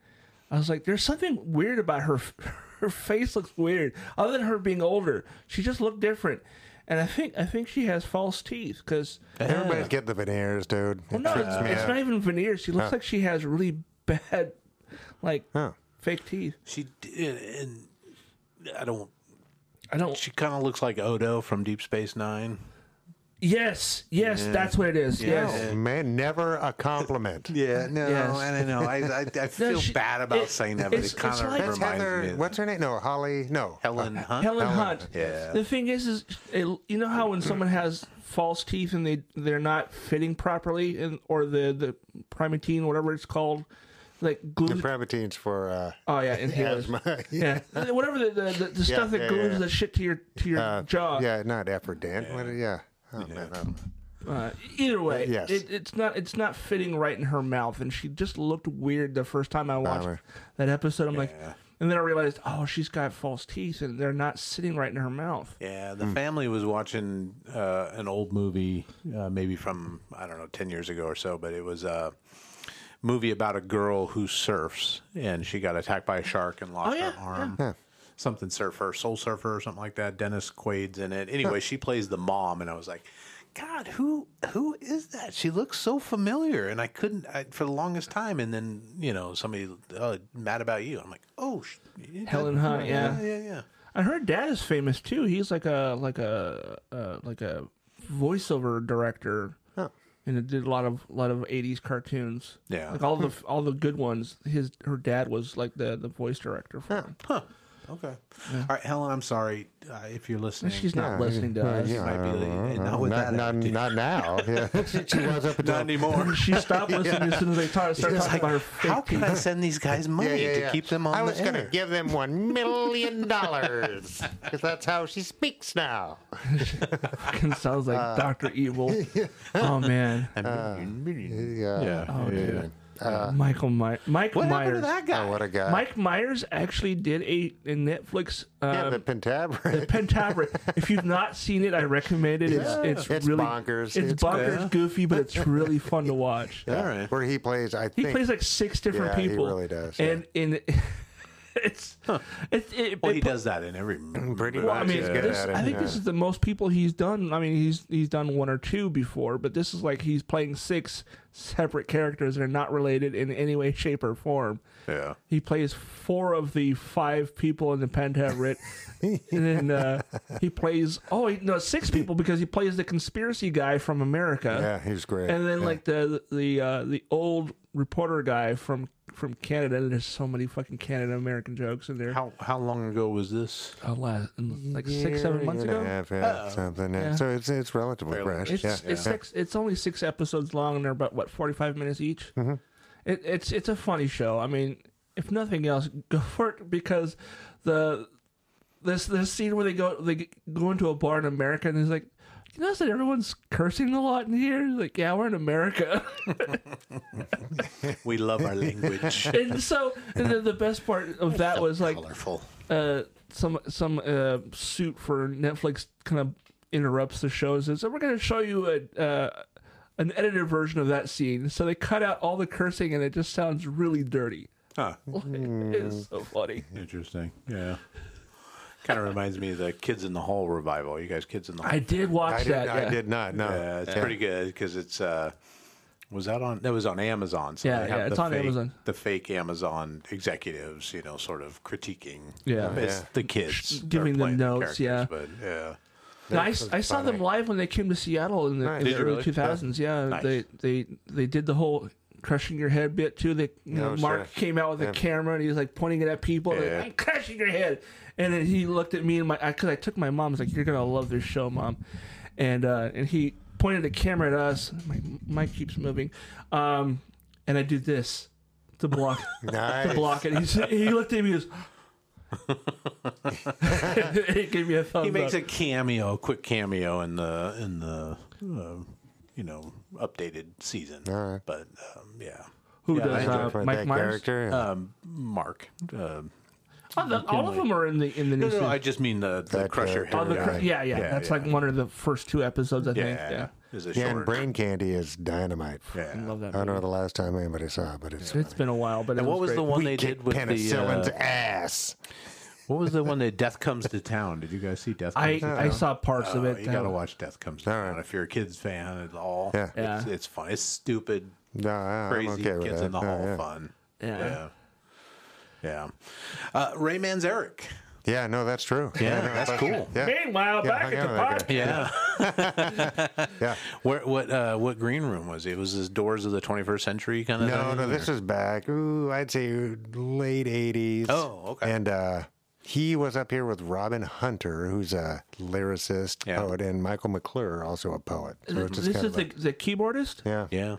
Speaker 3: I was like, there's something weird about her. Her face looks weird. Other than her being older, she just looked different. And I think I think she has false teeth because
Speaker 2: everybody's getting the veneers, dude. It
Speaker 3: no,
Speaker 2: trips
Speaker 3: it's,
Speaker 2: me
Speaker 3: it's
Speaker 2: out.
Speaker 3: not even veneers. She looks like she has really bad, like
Speaker 2: Huh.
Speaker 3: fake teeth.
Speaker 1: She did, and I don't.
Speaker 3: I don't.
Speaker 1: She kind of looks like Odo from Deep Space Nine.
Speaker 3: yes, yes, that's what it is. Yes.
Speaker 2: Oh, man, never a compliment.
Speaker 1: Yeah, no,
Speaker 3: Yes.
Speaker 1: I don't know. I I, I feel
Speaker 3: she-
Speaker 1: bad about
Speaker 3: it-
Speaker 1: saying that, but
Speaker 3: it's-
Speaker 1: it kind
Speaker 3: it's
Speaker 1: of
Speaker 3: like-
Speaker 2: That's
Speaker 1: reminds
Speaker 2: Heather.
Speaker 1: me. Of
Speaker 2: What's her name? No, Holly. No, Uh,
Speaker 1: Helen Hunt?
Speaker 3: Helen Hunt.
Speaker 1: Yeah.
Speaker 3: The thing is, is it, you know how when someone has false teeth and they they're not fitting properly, and or the the primatine, whatever it's called, like
Speaker 2: the
Speaker 3: glues.
Speaker 2: Primatine's for uh,
Speaker 3: oh yeah, inhalers.
Speaker 2: asthma.
Speaker 3: Yeah, whatever the the, the, the stuff that
Speaker 2: yeah,
Speaker 3: glues
Speaker 2: yeah.
Speaker 3: the shit to your to your
Speaker 2: Uh,
Speaker 3: jaw.
Speaker 2: Yeah, not Aphrodite. Yeah. What, yeah. Oh, Man, I'm-
Speaker 3: Uh, either way,
Speaker 2: Yes.
Speaker 3: it, it's not it's not fitting right in her mouth, and she just looked weird the first time I watched
Speaker 2: Bummer.
Speaker 3: that episode. I'm like, and then I realized, oh, she's got false teeth, and they're not sitting right in her mouth.
Speaker 1: Yeah, the family was watching uh, an old movie, uh, maybe from I don't know, ten years ago or so, but it was a movie about a girl who surfs and she got attacked by a shark and lost
Speaker 3: Oh, yeah,
Speaker 1: her arm. Something surfer, soul surfer, or something like that. Dennis Quaid's in it. Anyway, she plays the mom, and I was like, God, who who is that? She looks so familiar, and I couldn't I, for the longest time. And then you know, somebody uh, mad about you. I'm like, oh, sh-
Speaker 3: Helen Hunt, yeah.
Speaker 1: yeah, yeah, yeah.
Speaker 3: And her dad is famous too. He's like a like a uh, like a voiceover director. and it did a lot of lot of '80s cartoons.
Speaker 1: Yeah.
Speaker 3: like all the all the good ones. His her dad was like the the voice director for. Them.
Speaker 1: Okay. All right, Helen. I'm sorry uh, if you're listening.
Speaker 3: She's not listening to us.
Speaker 1: Might be late. And not with
Speaker 2: not,
Speaker 1: that
Speaker 2: uh, not,
Speaker 1: attitude.
Speaker 2: not now. Yeah. she, she was up until
Speaker 1: Not anymore.
Speaker 3: She stopped listening as soon as they ta- started
Speaker 1: It's
Speaker 3: talking
Speaker 1: like,
Speaker 3: about her.
Speaker 1: how can I send these guys money to keep them on
Speaker 2: I was
Speaker 1: the
Speaker 2: gonna
Speaker 1: air?
Speaker 2: give them one million dollars because that's how she speaks now.
Speaker 3: Fucking sounds like
Speaker 1: Uh,
Speaker 3: Doctor Evil. Oh man,
Speaker 2: Yeah.
Speaker 1: yeah, yeah, yeah.
Speaker 3: Michael My- Mike
Speaker 1: Uh, What happened to
Speaker 3: Myers.
Speaker 1: that guy?
Speaker 2: Oh, what a guy.
Speaker 3: Mike Myers actually did a, a Netflix
Speaker 2: yeah,
Speaker 3: um,
Speaker 2: the Pentabra.
Speaker 3: Pentaveret. if you've not seen it, I recommend it. It's, it's,
Speaker 2: It's
Speaker 3: really
Speaker 2: bonkers.
Speaker 3: It's,
Speaker 2: It's
Speaker 3: bonkers, goofy, but it's really fun to watch.
Speaker 1: All right.
Speaker 2: Where he plays, I
Speaker 3: He
Speaker 2: think.
Speaker 3: plays like six different
Speaker 2: Yeah, he
Speaker 3: people.
Speaker 2: really does, yeah.
Speaker 3: And in it's it's it,
Speaker 1: Well,
Speaker 3: it-
Speaker 1: he does that in every movie.
Speaker 2: pretty
Speaker 3: well,
Speaker 2: much.
Speaker 3: I mean,
Speaker 2: he's good
Speaker 3: this,
Speaker 2: at it.
Speaker 3: I think
Speaker 2: yeah.
Speaker 3: this is the most people he's done. I mean, he's he's done one or two before, but this is like he's playing six separate characters that are not related in any way, shape, or form.
Speaker 1: Yeah.
Speaker 3: He plays four of the five people in the Pentaveret, and then uh, he plays oh he, no six people because he plays the conspiracy guy from America,
Speaker 2: yeah, he's great.
Speaker 3: and then like the the uh, the old reporter guy from from Canada. And there's so many fucking Canada American jokes in there.
Speaker 1: How how long ago was this?
Speaker 3: Oh, last- like six seven months
Speaker 2: Year and
Speaker 3: ago.
Speaker 2: a half, yeah, something. Yeah. So it's it's relatively fresh.
Speaker 3: It's
Speaker 2: yeah,
Speaker 3: it's
Speaker 2: yeah.
Speaker 3: six. It's only six episodes long, and they're about what forty five minutes each. Mm-hmm. It, it's it's a funny show. I mean, if nothing else, go for it because the this this scene where they go they go into a bar in America and he's like, you notice that everyone's cursing a lot in here. He's like, yeah, we're in America.
Speaker 1: We love our language.
Speaker 3: and so and the, the best part of that was like
Speaker 1: colorful.
Speaker 3: uh, some some uh, suit for Netflix kind of interrupts the show and says, "So we're going to show you a uh, an edited version of that scene." So they cut out all the cursing and it just sounds really dirty.
Speaker 1: Huh.
Speaker 2: Hmm.
Speaker 3: It's so funny.
Speaker 1: Interesting. Yeah. Kind of reminds me of the Kids in the Hall revival. You guys, Kids in the Hall.
Speaker 3: I did watch
Speaker 2: I did,
Speaker 3: that.
Speaker 2: I
Speaker 3: yeah.
Speaker 2: did not. No.
Speaker 1: Yeah, it's pretty good because it's uh, was that on? That was on Amazon. So
Speaker 3: Yeah,
Speaker 1: they have
Speaker 3: yeah, it's
Speaker 1: the
Speaker 3: on
Speaker 1: fake-
Speaker 3: Amazon.
Speaker 1: The fake Amazon executives, you know, sort of critiquing.
Speaker 3: Yeah.
Speaker 1: it's
Speaker 2: Yeah.
Speaker 1: the kids that
Speaker 3: giving
Speaker 1: are playing
Speaker 3: them
Speaker 1: the
Speaker 3: notes, yeah.
Speaker 1: characters, but yeah.
Speaker 3: No, I, I saw them live when they came to Seattle in the, in
Speaker 1: Did
Speaker 3: the
Speaker 1: you
Speaker 3: early
Speaker 1: really?
Speaker 3: 2000s. Yeah, they they they did the whole crushing your head bit too. They you know,
Speaker 2: Oh, sure.
Speaker 3: Mark came out with a camera and he was like pointing it at people. like,
Speaker 1: Yeah.
Speaker 3: I'm crushing your head, and then he looked at me and my because I took my mom. I was like, "You're gonna love this show, mom," and uh, and he pointed the camera at us. My mic keeps moving, um, and I did this to block to
Speaker 2: Nice.
Speaker 3: block it. He said- he looked at me. He was, he gave me a thumbs
Speaker 1: He makes
Speaker 3: up.
Speaker 1: a cameo, a quick cameo in the in the uh, you know updated season.
Speaker 2: Alright.
Speaker 1: But um, yeah,
Speaker 3: Who
Speaker 1: Yeah, I
Speaker 3: does
Speaker 1: enjoy
Speaker 2: Yeah,
Speaker 3: uh,
Speaker 2: for
Speaker 3: Mike
Speaker 2: that
Speaker 3: Myers? Uh,
Speaker 2: character. and
Speaker 1: um, Mark. Uh,
Speaker 3: Oh, the, all of them are in the in the new
Speaker 1: no, no,
Speaker 3: season.
Speaker 1: I just mean the the
Speaker 2: That
Speaker 1: Crusher.
Speaker 2: character,
Speaker 1: hair
Speaker 3: Oh, the
Speaker 1: guy.
Speaker 3: cr- yeah, yeah,
Speaker 1: Yeah,
Speaker 3: That's
Speaker 1: yeah.
Speaker 3: like one of the first two episodes, I think.
Speaker 1: yeah,
Speaker 3: Yeah,
Speaker 1: is a
Speaker 2: yeah, and
Speaker 1: short.
Speaker 2: Brain Candy is dynamite.
Speaker 1: yeah.
Speaker 3: I love that.
Speaker 2: I don't know the last time anybody saw it, but it's
Speaker 3: It's been a while, but it
Speaker 1: And what was the
Speaker 3: great.
Speaker 1: one they
Speaker 2: Kick
Speaker 1: did with the
Speaker 2: penicillin's
Speaker 1: uh,
Speaker 2: ass.
Speaker 1: what was the one that Death Comes to Town? Did you guys see Death? Comes to Town?
Speaker 3: I I saw parts of
Speaker 1: Oh,
Speaker 3: it.
Speaker 1: you gotta
Speaker 3: uh,
Speaker 1: watch Death Comes to Town if you're a kids fan at all.
Speaker 2: Yeah.
Speaker 1: It's,
Speaker 3: Yeah.
Speaker 1: it's fun. It's stupid,
Speaker 2: No, I- I'm
Speaker 1: crazy
Speaker 2: okay with
Speaker 1: kids
Speaker 2: that.
Speaker 1: in the
Speaker 2: No,
Speaker 1: hall
Speaker 2: yeah.
Speaker 1: fun.
Speaker 3: Yeah.
Speaker 1: yeah, yeah. Uh, Rayman's Eric.
Speaker 2: Yeah, no, that's true. Yeah, no,
Speaker 1: that's
Speaker 2: but-
Speaker 1: cool.
Speaker 2: Yeah,
Speaker 3: Meanwhile,
Speaker 2: Yeah,
Speaker 3: back
Speaker 2: hang
Speaker 3: at the
Speaker 2: on with that
Speaker 3: park.
Speaker 2: guy.
Speaker 1: Yeah.
Speaker 2: yeah.
Speaker 1: Where what uh, what green room was it? Was this Doors of the 21st Century kind of
Speaker 2: No,
Speaker 1: thing?
Speaker 2: no, this is back. Ooh, I'd say late '80s.
Speaker 1: Oh, okay.
Speaker 2: And uh, he was up here with Robin Hunter, who's a lyricist,
Speaker 1: Yeah.
Speaker 2: poet, and Michael McClure, also a poet. So it's just
Speaker 3: This
Speaker 2: kind
Speaker 3: is
Speaker 2: of
Speaker 3: the,
Speaker 2: like-
Speaker 3: the keyboardist.
Speaker 2: yeah.
Speaker 1: Yeah.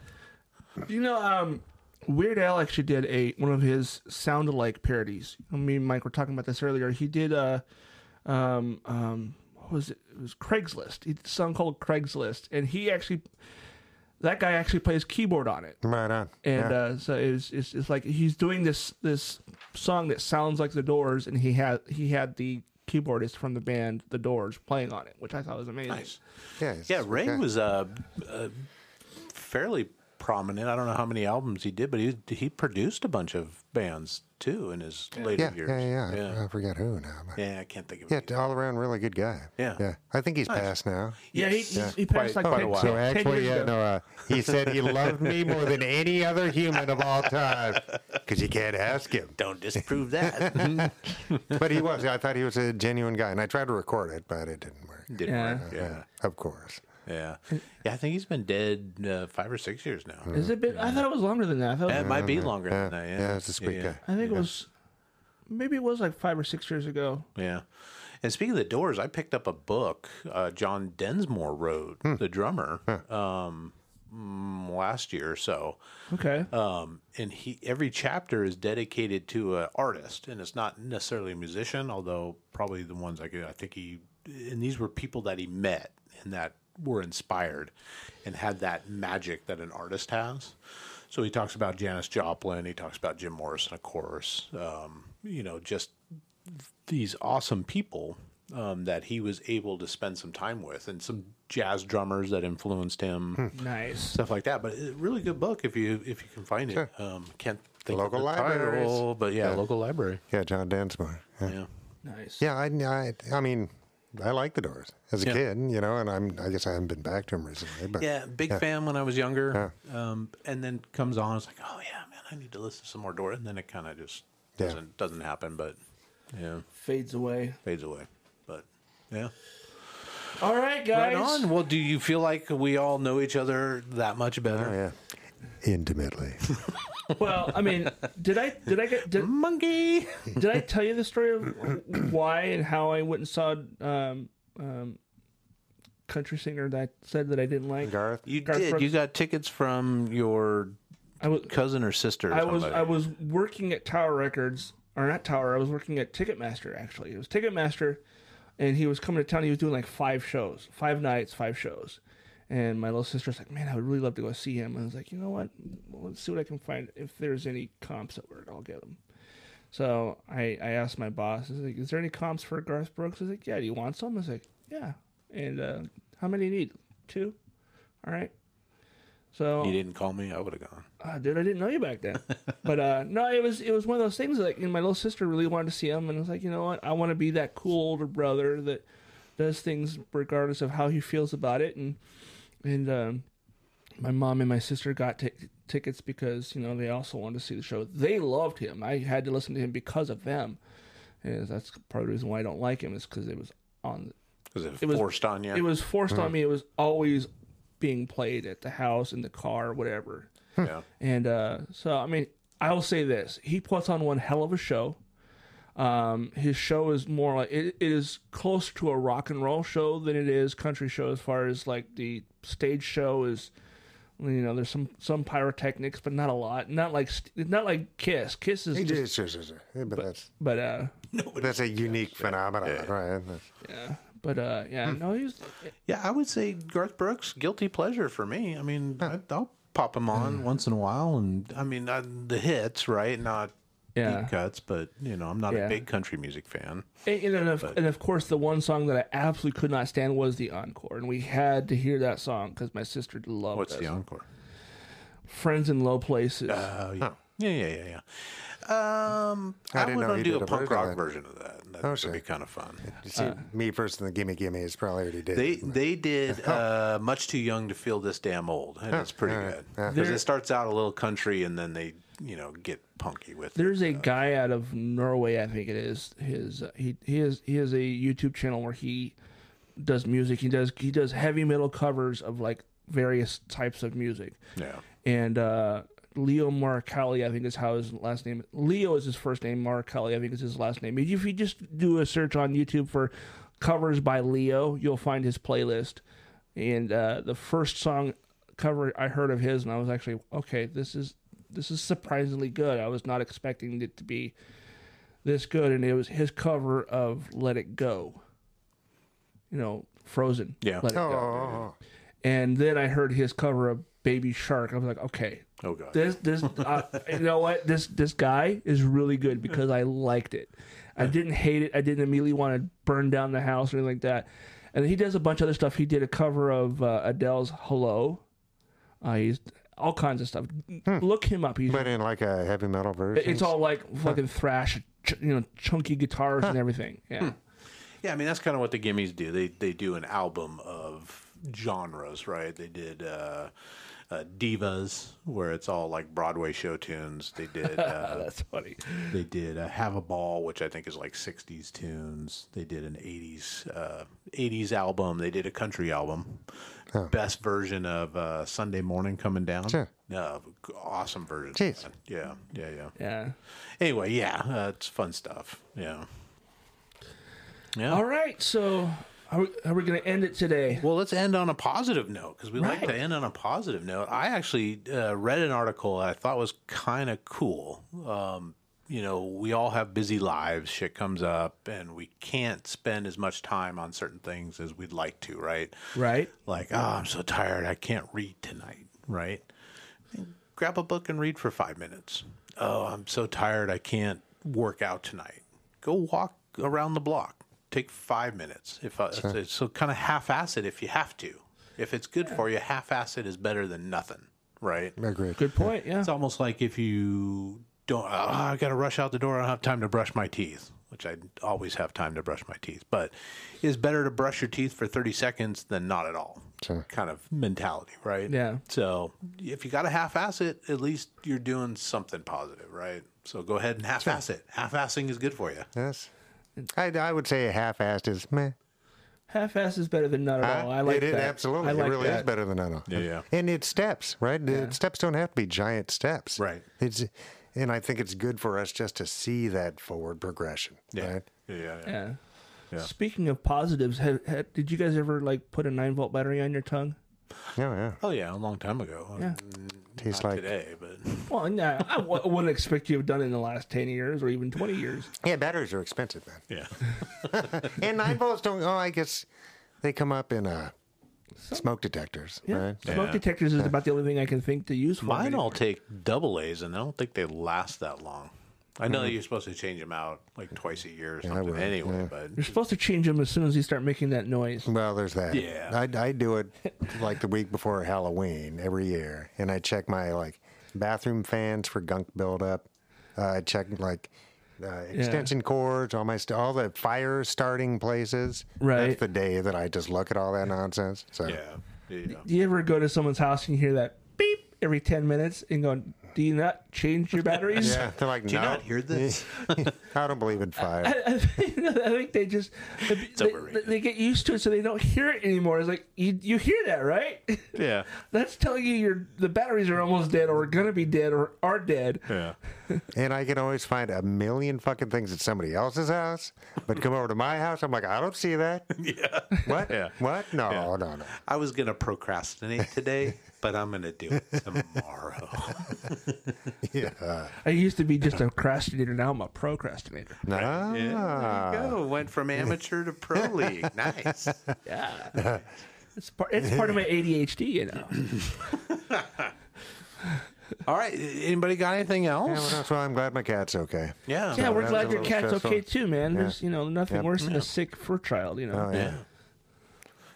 Speaker 3: You know, um, Weird Al actually did a one of his sound alike parodies. Me and Mike were talking about this earlier. He did a, um, um, what was it? It was Craigslist. He did a song called Craigslist, and he actually, that guy actually plays keyboard on it.
Speaker 2: Right on.
Speaker 3: and
Speaker 2: yeah.
Speaker 3: uh, so it's, it's it's like he's doing this this song that sounds like the Doors, and he had he had the keyboardist from the band The Doors playing on it, which I thought was amazing.
Speaker 2: yeah, it's-
Speaker 1: Yeah, Ray
Speaker 2: yeah.
Speaker 1: was uh, uh, fairly prominent. I don't know how many albums he did, but he he produced a bunch of bands too in his later
Speaker 2: Yeah,
Speaker 1: years.
Speaker 2: yeah, yeah,
Speaker 1: yeah.
Speaker 2: I forget who now. But
Speaker 1: Yeah, I can't think of
Speaker 2: yeah,
Speaker 1: it.
Speaker 2: all around, really good guy.
Speaker 1: Yeah.
Speaker 2: yeah. I think he's passed now.
Speaker 3: Yeah, he,
Speaker 2: Yeah.
Speaker 3: he passed
Speaker 1: Quite-
Speaker 3: like
Speaker 1: quite a
Speaker 3: ten,
Speaker 1: while.
Speaker 2: So
Speaker 3: 10
Speaker 2: actually,
Speaker 3: years
Speaker 2: yeah,
Speaker 3: ago.
Speaker 2: no, uh, he said he loved me more than any other human of all time because you can't ask him.
Speaker 1: Don't disprove that.
Speaker 2: But he was. I thought he was a genuine guy, and I tried to record it, but it didn't work.
Speaker 1: Didn't
Speaker 3: Yeah.
Speaker 1: work. Yeah.
Speaker 2: of course.
Speaker 1: Yeah. Yeah, I think he's been dead uh, five or six years now.
Speaker 3: Has it been? I thought it was longer than that. I thought.
Speaker 1: Yeah, it might be longer
Speaker 2: Yeah,
Speaker 1: than that. Yeah,
Speaker 2: yeah, it's this week.
Speaker 1: Yeah.
Speaker 2: Yeah.
Speaker 3: I think it was. Maybe it was like five or six years ago.
Speaker 1: yeah. And speaking of the Doors, I picked up a book uh, John Densmore wrote, the drummer, um, mm, last year or so.
Speaker 3: Okay.
Speaker 2: Uh,
Speaker 1: um, and he every chapter is dedicated to an artist, and it's not necessarily a musician, although probably the ones I could, I think he and these were people that he met and that were inspired and had that magic that an artist has. So he talks about Janis Joplin, he talks about Jim Morrison, of course, um, you know, just these awesome people um, that he was able to spend some time with, and some jazz drummers that influenced him
Speaker 3: nice.
Speaker 1: stuff like that. But it's a really good book if you if you can find it. Um, can't think
Speaker 2: Local
Speaker 1: of the
Speaker 2: libraries.
Speaker 1: title, but yeah, local library.
Speaker 2: Yeah, John Densmore. Yeah,
Speaker 1: Yeah,
Speaker 3: Nice.
Speaker 2: yeah I, I, I mean, I like the Doors as a
Speaker 1: Yeah.
Speaker 2: kid, you know, and I'm, I guess I haven't been back to them recently, but
Speaker 1: yeah, big fan when I was younger. Um, and then comes on, it's like, oh yeah, man, I need to listen to some more Dora. And then it kind of just
Speaker 2: Yeah.
Speaker 1: doesn't doesn't happen, but yeah,
Speaker 3: Fades away.
Speaker 1: fades away. But yeah,
Speaker 3: All right,
Speaker 1: right
Speaker 3: guys.
Speaker 1: on. Well, do you feel like we all know each other that much
Speaker 2: Oh,
Speaker 1: better?
Speaker 2: yeah. Intimately.
Speaker 3: Well, I mean, did I did I get did,
Speaker 1: Monkey.
Speaker 3: did I tell you the story of why and how I went and saw um, um, country singer that I said that I didn't like?
Speaker 2: Garth?
Speaker 1: You
Speaker 3: Garth
Speaker 1: did.
Speaker 3: Brooks.
Speaker 1: You got tickets from your
Speaker 3: I was
Speaker 1: cousin or sister. Or
Speaker 3: I was
Speaker 1: somebody.
Speaker 3: I was working at Tower Records or not Tower. I was working at Ticketmaster actually. It was Ticketmaster, and he was coming to town. He was doing like five shows, five nights, five shows. And my little sister's like, man, I would really love to go see him. And I was like, you know what? Well, let's see what I can find. If there's any comps over it, I'll get them. So I, I asked my boss, I was like, is there any comps for Garth Brooks? He's like, yeah, do you want some? I was like, yeah. And uh, how many you need? Two? All right. So
Speaker 1: You didn't call me. I would have gone.
Speaker 3: Ah, dude, I didn't know you back then. but uh, no, it was it was one of those things. Like, and my little sister really wanted to see him, and I was like, you know what? I want to be that cool older brother that does things regardless of how he feels about it. And and um, my mom and my sister got t- tickets because you know they also wanted to see the show. They loved him. I had to listen to him because of them. And that's part of the reason why I don't like him is because it was on
Speaker 1: Was it,
Speaker 3: It was-
Speaker 1: forced on you?
Speaker 3: it was forced on me. It was always being played at the house, in the car, whatever.
Speaker 1: yeah.
Speaker 3: And uh, so, I mean, I will say this: he puts on one hell of a show. Um, his show is more like it, it is close to a rock and roll show than it is country show. As far as like the stage show is, you know, there's some some pyrotechnics, but not a lot. Not like st- not like Kiss. Kiss is
Speaker 2: He
Speaker 3: just,
Speaker 2: did- sure, sure, sure. Yeah, But, that's,
Speaker 3: but uh,
Speaker 2: that's a unique phenomenon, right? That's-
Speaker 3: but uh,
Speaker 1: Hmm.
Speaker 3: yeah, no, he's
Speaker 1: Yeah, I would say Garth Brooks, guilty pleasure for me. I mean, I, I'll pop him on once in a while, and I mean uh the hits, right? Not
Speaker 3: yeah.
Speaker 1: deep cuts, but you know, I'm not
Speaker 3: Yeah.
Speaker 1: a big country music fan.
Speaker 3: And, and, then of, and of course, the one song that I absolutely could not stand was the encore, and we had to hear that song because my sister loved
Speaker 1: What's
Speaker 3: that
Speaker 1: the
Speaker 3: song.
Speaker 1: encore?
Speaker 3: Friends in Low Places.
Speaker 1: Oh, yeah. yeah, yeah, yeah, yeah. Um, I,
Speaker 2: I didn't
Speaker 1: would
Speaker 2: know
Speaker 1: want
Speaker 2: he
Speaker 1: to do
Speaker 2: did
Speaker 1: a
Speaker 2: a
Speaker 1: punk
Speaker 2: version of
Speaker 1: rock
Speaker 2: that.
Speaker 1: version of that. That
Speaker 2: sure.
Speaker 1: would be kind of fun.
Speaker 2: You see, me first in the Gimme Gimme is probably already did.
Speaker 1: Uh, They they did uh, much too young to feel this damn old, and it's pretty good because
Speaker 3: There-
Speaker 1: it starts out a little country, and then they you know get punky with it.
Speaker 3: There's a guy out of Norway, I think it is. His uh, he he is he has a YouTube channel where he does music. He does he does heavy metal covers of like various types of music.
Speaker 1: Yeah,
Speaker 3: And uh, Leo Maracali, I think is how his last name. Leo is his first name. Maracali, I think is his last name. If you just do a search on YouTube for covers by Leo, you'll find his playlist. And uh, the first song cover I heard of his, and I was actually okay. This is this is surprisingly good. I was not expecting it to be this good, and it was his cover of "Let It Go." You know, Frozen.
Speaker 1: Yeah.
Speaker 3: Let It
Speaker 2: oh,
Speaker 3: Go.
Speaker 2: oh, oh.
Speaker 3: And then I heard his cover of "Baby Shark." I was like, okay,
Speaker 1: oh god,
Speaker 3: this this uh, you know what this this guy is really good because I liked it. I didn't hate it. I didn't immediately want to burn down the house or anything like that. And he does a bunch of other stuff. He did a cover of uh, Adele's "Hello." Uh, he's all kinds of stuff.
Speaker 2: Hmm.
Speaker 3: Look him up. He's
Speaker 2: but in like a heavy metal version.
Speaker 3: it's all like fucking thrash, ch- you know, chunky guitars and everything. Yeah.
Speaker 2: Hmm.
Speaker 1: Yeah, I mean that's kind of what the gimmies do. They they do an album of genres, right? They did uh, uh, divas, where it's all like Broadway show tunes. They did uh,
Speaker 3: Oh, That's funny.
Speaker 1: they did uh, have a ball, which I think is like '60s tunes. They did an '80s uh, '80s album. They did a country album. Best version of uh, Sunday morning coming down.
Speaker 2: Sure.
Speaker 1: Uh, awesome version.
Speaker 2: Jeez.
Speaker 1: Yeah, yeah, yeah.
Speaker 3: Yeah.
Speaker 1: Anyway, yeah, uh, it's fun stuff. Yeah. Yeah.
Speaker 3: All right. So how we- how are we going to end it today?
Speaker 1: Well, let's end on a positive note because we like to
Speaker 3: Right.
Speaker 1: end on a positive note. I actually uh, read an article that I thought was kind of cool. Um, you know, we all have busy lives, shit comes up, and we can't spend as much time on certain things as we'd like to, right?
Speaker 3: Right.
Speaker 1: Like, oh, I'm so tired, I can't read tonight, right? Grab a book and read for five minutes. Oh, I'm so tired, I can't work out tonight. Go walk around the block. Take five minutes. If I, so, kind of half-ass it if you have to. If it's good for you, half-ass it is better than nothing, right?
Speaker 2: Agreed.
Speaker 3: Good point. Yeah.
Speaker 1: It's almost like if you don't, oh, I got to rush out the door. I don't have time to brush my teeth, which I always have time to brush my teeth. But it's better to brush your teeth for 30 seconds than not at all
Speaker 2: Sure.
Speaker 1: kind of mentality, right?
Speaker 3: Yeah.
Speaker 1: So if you got to half ass it, at least you're doing something positive, right? So go ahead and half ass it. Half assing is good for you.
Speaker 2: Yes. I, I would say a half-assed is meh.
Speaker 3: Half-ass is better than none at all. I
Speaker 2: Huh?
Speaker 3: like
Speaker 2: it, it
Speaker 3: that.
Speaker 2: absolutely.
Speaker 3: I like
Speaker 2: it really is
Speaker 3: that.
Speaker 2: better than none.
Speaker 1: Yeah, yeah.
Speaker 2: And it's steps, right? The Steps don't have to be giant steps,
Speaker 1: Right.
Speaker 2: It's, and I think it's good for us just to see that forward progression.
Speaker 1: Yeah.
Speaker 2: Right?
Speaker 1: Yeah, yeah, yeah.
Speaker 3: Yeah.
Speaker 1: Yeah.
Speaker 3: Speaking of positives, had, had, did you guys ever like put a nine volt battery on your tongue?
Speaker 2: Yeah, yeah.
Speaker 1: Oh yeah, a long time ago.
Speaker 3: Yeah.
Speaker 2: Tastes
Speaker 1: Not
Speaker 2: like
Speaker 1: today, but
Speaker 3: Well, no, I w- wouldn't expect you to have done it in the last ten years or even twenty years.
Speaker 2: yeah. Batteries are expensive, man.
Speaker 1: yeah.
Speaker 2: and nine volts don't. Oh, I guess they come up in uh, smoke detectors,
Speaker 3: Yeah.
Speaker 2: right?
Speaker 3: Smoke
Speaker 1: Yeah.
Speaker 3: detectors is about the only thing I can think to use for.
Speaker 1: Mine
Speaker 3: anymore.
Speaker 1: all take double A's, and I don't think they last that long. I know you're supposed to change them out like twice a year or something
Speaker 2: would,
Speaker 1: anyway,
Speaker 2: Mm. yeah.
Speaker 1: but
Speaker 3: You're supposed to change them as soon as you start making that noise.
Speaker 2: Well, there's that.
Speaker 1: Yeah.
Speaker 2: I, I do it like the week before Halloween every year, and I check my like bathroom fans for gunk buildup. Uh, I check like uh, extension cords, all my st- all the fire starting places.
Speaker 3: Right.
Speaker 2: That's the day that I just look at all that nonsense. So
Speaker 1: yeah, yeah.
Speaker 3: Do you ever go to someone's house and you hear that beep every ten minutes and go, "Do you not change your batteries?"
Speaker 2: Yeah, they're like,
Speaker 1: Do you
Speaker 2: no,
Speaker 1: not hear this?
Speaker 2: I don't believe in fire.
Speaker 3: I think, I think they just they,
Speaker 1: overrated.
Speaker 3: they get used to it, so they don't hear it anymore. It's like you you hear that, right?
Speaker 1: yeah,
Speaker 3: That's telling you your the batteries are almost dead, or are gonna be dead, or are dead.
Speaker 1: yeah.
Speaker 2: And I can always find a million fucking things at somebody else's house, but come over to my house, I'm like, I don't see that. Yeah. What?
Speaker 1: Yeah.
Speaker 2: What? No, no, no.
Speaker 1: I was gonna procrastinate today, but I'm gonna do it tomorrow.
Speaker 2: Yeah.
Speaker 3: I used to be just a procrastinator. Now I'm a procrastinator.
Speaker 2: No. Ah.
Speaker 1: Yeah, there you go. Went from amateur to pro league. Nice.
Speaker 3: Yeah, it's part. It's part of my ADHD. You know.
Speaker 1: All right. Anybody got anything
Speaker 2: Yeah, well,
Speaker 1: else?
Speaker 2: that's why I'm glad my cat's okay.
Speaker 1: Yeah.
Speaker 3: Yeah, we're
Speaker 2: that's a
Speaker 3: glad your
Speaker 2: little
Speaker 3: cat's
Speaker 2: stressful.
Speaker 3: okay too, man.
Speaker 2: Yeah.
Speaker 3: There's you know nothing
Speaker 2: Yep.
Speaker 3: worse than a sick fur child. You know.
Speaker 2: Oh, yeah.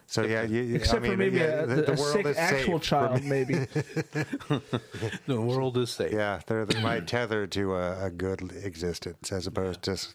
Speaker 2: So yeah, you, you-
Speaker 3: Except
Speaker 2: I mean,
Speaker 3: for maybe
Speaker 2: yeah,
Speaker 3: a,
Speaker 2: the,
Speaker 3: a
Speaker 2: the world
Speaker 3: sick
Speaker 2: is
Speaker 3: actual
Speaker 2: safe.
Speaker 3: child, maybe.
Speaker 1: The world is safe.
Speaker 2: Yeah, they're, they might tether to a, a good existence as opposed to s-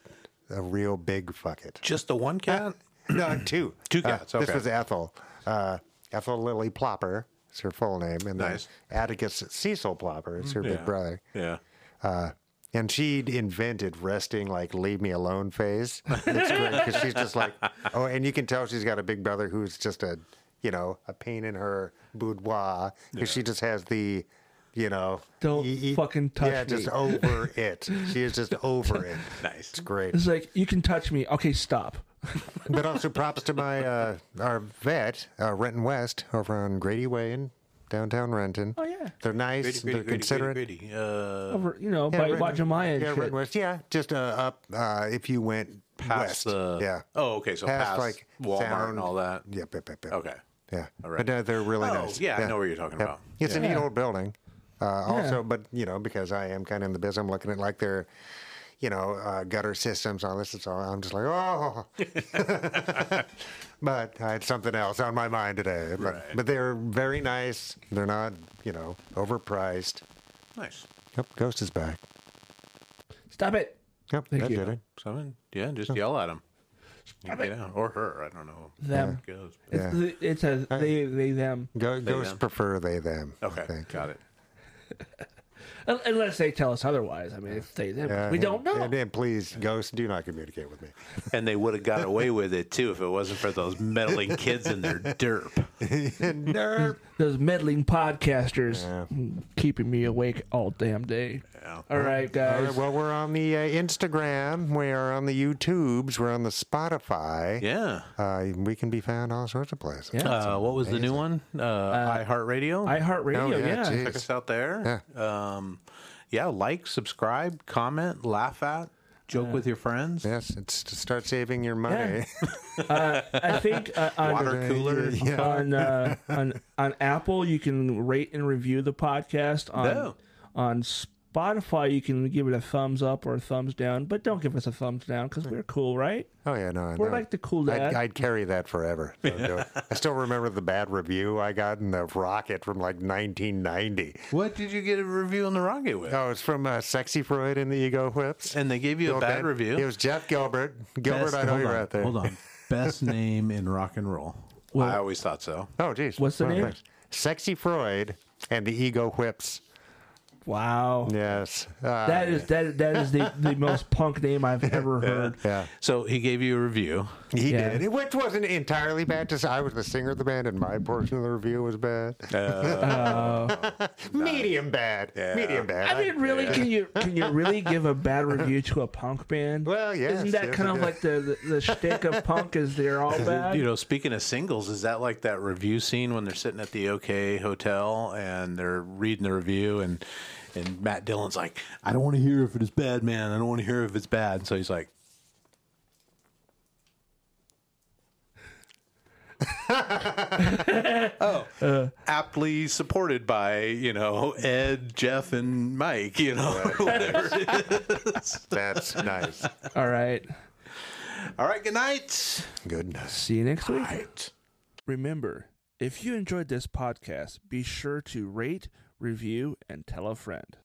Speaker 2: a real big fuck it.
Speaker 1: Just the one cat?
Speaker 2: No, two.
Speaker 1: Two
Speaker 2: Uh,
Speaker 1: cats, okay.
Speaker 2: This was Ethel. Uh, Ethel Lily Plopper is her full name, and
Speaker 1: Nice.
Speaker 2: then Atticus Cecil Plopper is her
Speaker 1: Yeah.
Speaker 2: big brother.
Speaker 1: Yeah.
Speaker 2: Uh, and she invented resting, like "leave me alone" phase. It's great because she's just like, oh, and you can tell she's got a big brother who's just a, you know, a pain in her boudoir because she just has the, you know,
Speaker 3: Don't fucking touch
Speaker 2: Yeah, just
Speaker 3: me.
Speaker 2: over it. She is just over it.
Speaker 1: Nice.
Speaker 2: It's great.
Speaker 3: It's like you can touch me. Okay, stop.
Speaker 2: But also props to my uh, our vet, uh, Renton West, over on Grady Way in downtown Renton.
Speaker 3: Oh yeah.
Speaker 2: They're nice.
Speaker 1: Gritty, gritty,
Speaker 2: they're
Speaker 1: gritty,
Speaker 2: considerate.
Speaker 1: gritty, gritty. Uh,
Speaker 3: Over, you know,
Speaker 2: Yeah,
Speaker 3: by
Speaker 2: right-
Speaker 3: Wajimaya and
Speaker 2: Yeah,
Speaker 3: shit.
Speaker 2: Renton West. Yeah, just uh, up uh, if you went
Speaker 1: past
Speaker 2: west.
Speaker 1: the.
Speaker 2: yeah.
Speaker 1: Oh, okay. So past,
Speaker 2: Past, like,
Speaker 1: Walmart and
Speaker 2: sound.
Speaker 1: all that.
Speaker 2: Yep, yep, yep, yep.
Speaker 1: Okay.
Speaker 2: Yeah.
Speaker 1: All right.
Speaker 2: But uh, they're really
Speaker 1: Oh,
Speaker 2: nice.
Speaker 1: yeah, I know what you're talking about.
Speaker 2: It's a neat
Speaker 3: Yeah.
Speaker 2: old building. Uh, also, but you know, because I am kind of in the biz, I'm looking at like their, you know, uh, gutter systems, all this. It's all. I'm just like, oh. but I had something else on my mind today. But,
Speaker 1: Right.
Speaker 2: but they're very nice. They're not, you know, overpriced.
Speaker 1: Nice.
Speaker 2: Yep, Ghost is back.
Speaker 3: Stop it.
Speaker 2: Yep,
Speaker 3: Thank
Speaker 2: that
Speaker 3: you.
Speaker 2: did it.
Speaker 1: Something. Yeah, just yell at him. You know, or her. I don't know.
Speaker 3: Them.
Speaker 1: It goes.
Speaker 3: It's, it's a they they them
Speaker 2: Go, ghosts
Speaker 1: them.
Speaker 2: prefer they them. I
Speaker 1: Okay,
Speaker 2: think.
Speaker 1: got it.
Speaker 3: Un- unless they tell us otherwise. I mean, if they them,
Speaker 2: Yeah,
Speaker 3: we
Speaker 2: and-
Speaker 3: don't know.
Speaker 2: And, and please, ghosts, do not communicate with me.
Speaker 1: And they would have got away with it too if it wasn't for those meddling kids and their derp.
Speaker 2: Nerd.
Speaker 3: Those meddling podcasters keeping me awake all damn day. All right,
Speaker 2: All
Speaker 3: guys.
Speaker 2: right, well, we're on the uh, Instagram. We are on the YouTubes. We're on the Spotify.
Speaker 1: Yeah.
Speaker 2: Uh, we can be found all sorts of places.
Speaker 3: Yeah.
Speaker 1: Uh, what was the new one? Uh, iHeartRadio.
Speaker 3: iHeartRadio,
Speaker 2: Oh, yeah,
Speaker 3: yeah.
Speaker 2: geez.
Speaker 1: Check us out there. Yeah. Um, yeah, like, subscribe, comment, laugh at, joke with your friends.
Speaker 2: Yes, it's to start saving your money.
Speaker 3: I think uh, on,
Speaker 1: Water cooler.
Speaker 2: yeah.
Speaker 3: on, uh, on on Apple you can rate and review the podcast. On
Speaker 1: No.
Speaker 3: on Spotify you can give it a thumbs up or a thumbs down, but don't give us a thumbs down because we're cool, right?
Speaker 2: Oh yeah, no,
Speaker 3: We're
Speaker 2: no.
Speaker 3: like the cool
Speaker 2: I'd,
Speaker 3: dad.
Speaker 2: I'd carry that forever. Don't do it. I still remember the bad review I got in the Rocket from like 1990.
Speaker 1: What did you get a review on the Rocket with?
Speaker 2: Oh, it's from uh, Sexy Freud and the Ego Whips.
Speaker 1: And they gave you a
Speaker 2: Okay.
Speaker 1: bad review.
Speaker 2: It was Jeff Gilbert. Gilbert, I know
Speaker 1: hold
Speaker 2: you're
Speaker 1: on,
Speaker 2: out there.
Speaker 1: Hold on. Best name in rock and roll. I always thought so.
Speaker 2: Oh, geez.
Speaker 3: What's the
Speaker 2: Well,
Speaker 3: name?
Speaker 2: thanks. Sexy Freud and the Ego Whips.
Speaker 3: wow,
Speaker 2: Yes. Uh,
Speaker 3: that is that that is the, the most punk name I've ever heard.
Speaker 2: yeah,
Speaker 1: So he gave you a review.
Speaker 2: he
Speaker 3: Yeah.
Speaker 2: did. It- Which wasn't entirely bad. Just I was the singer of the band, and my portion of the review was bad.
Speaker 1: Oh.
Speaker 2: Medium bad. Medium bad.
Speaker 3: I mean, really, can you can you really give a bad review to a punk band?
Speaker 2: Well, yes,
Speaker 3: Isn't that
Speaker 2: yes,
Speaker 3: kind
Speaker 2: it
Speaker 3: of
Speaker 2: is.
Speaker 3: like the, the the shtick of punk? Is they're all bad?
Speaker 1: You know, speaking of singles, is that like that review scene when they're sitting at the OK Hotel and they're reading the review and and Matt Dillon's like, I don't want to hear if it is bad, man. I don't want to hear if it's bad. And so he's like, oh, aptly supported by you know Ed, Jeff, and Mike. You know, whatever.
Speaker 2: That's nice.
Speaker 3: all right.
Speaker 1: All right, good night.
Speaker 2: Goodness.
Speaker 3: See you next week. Remember, if you enjoyed this podcast, be sure to rate, review, and tell a friend.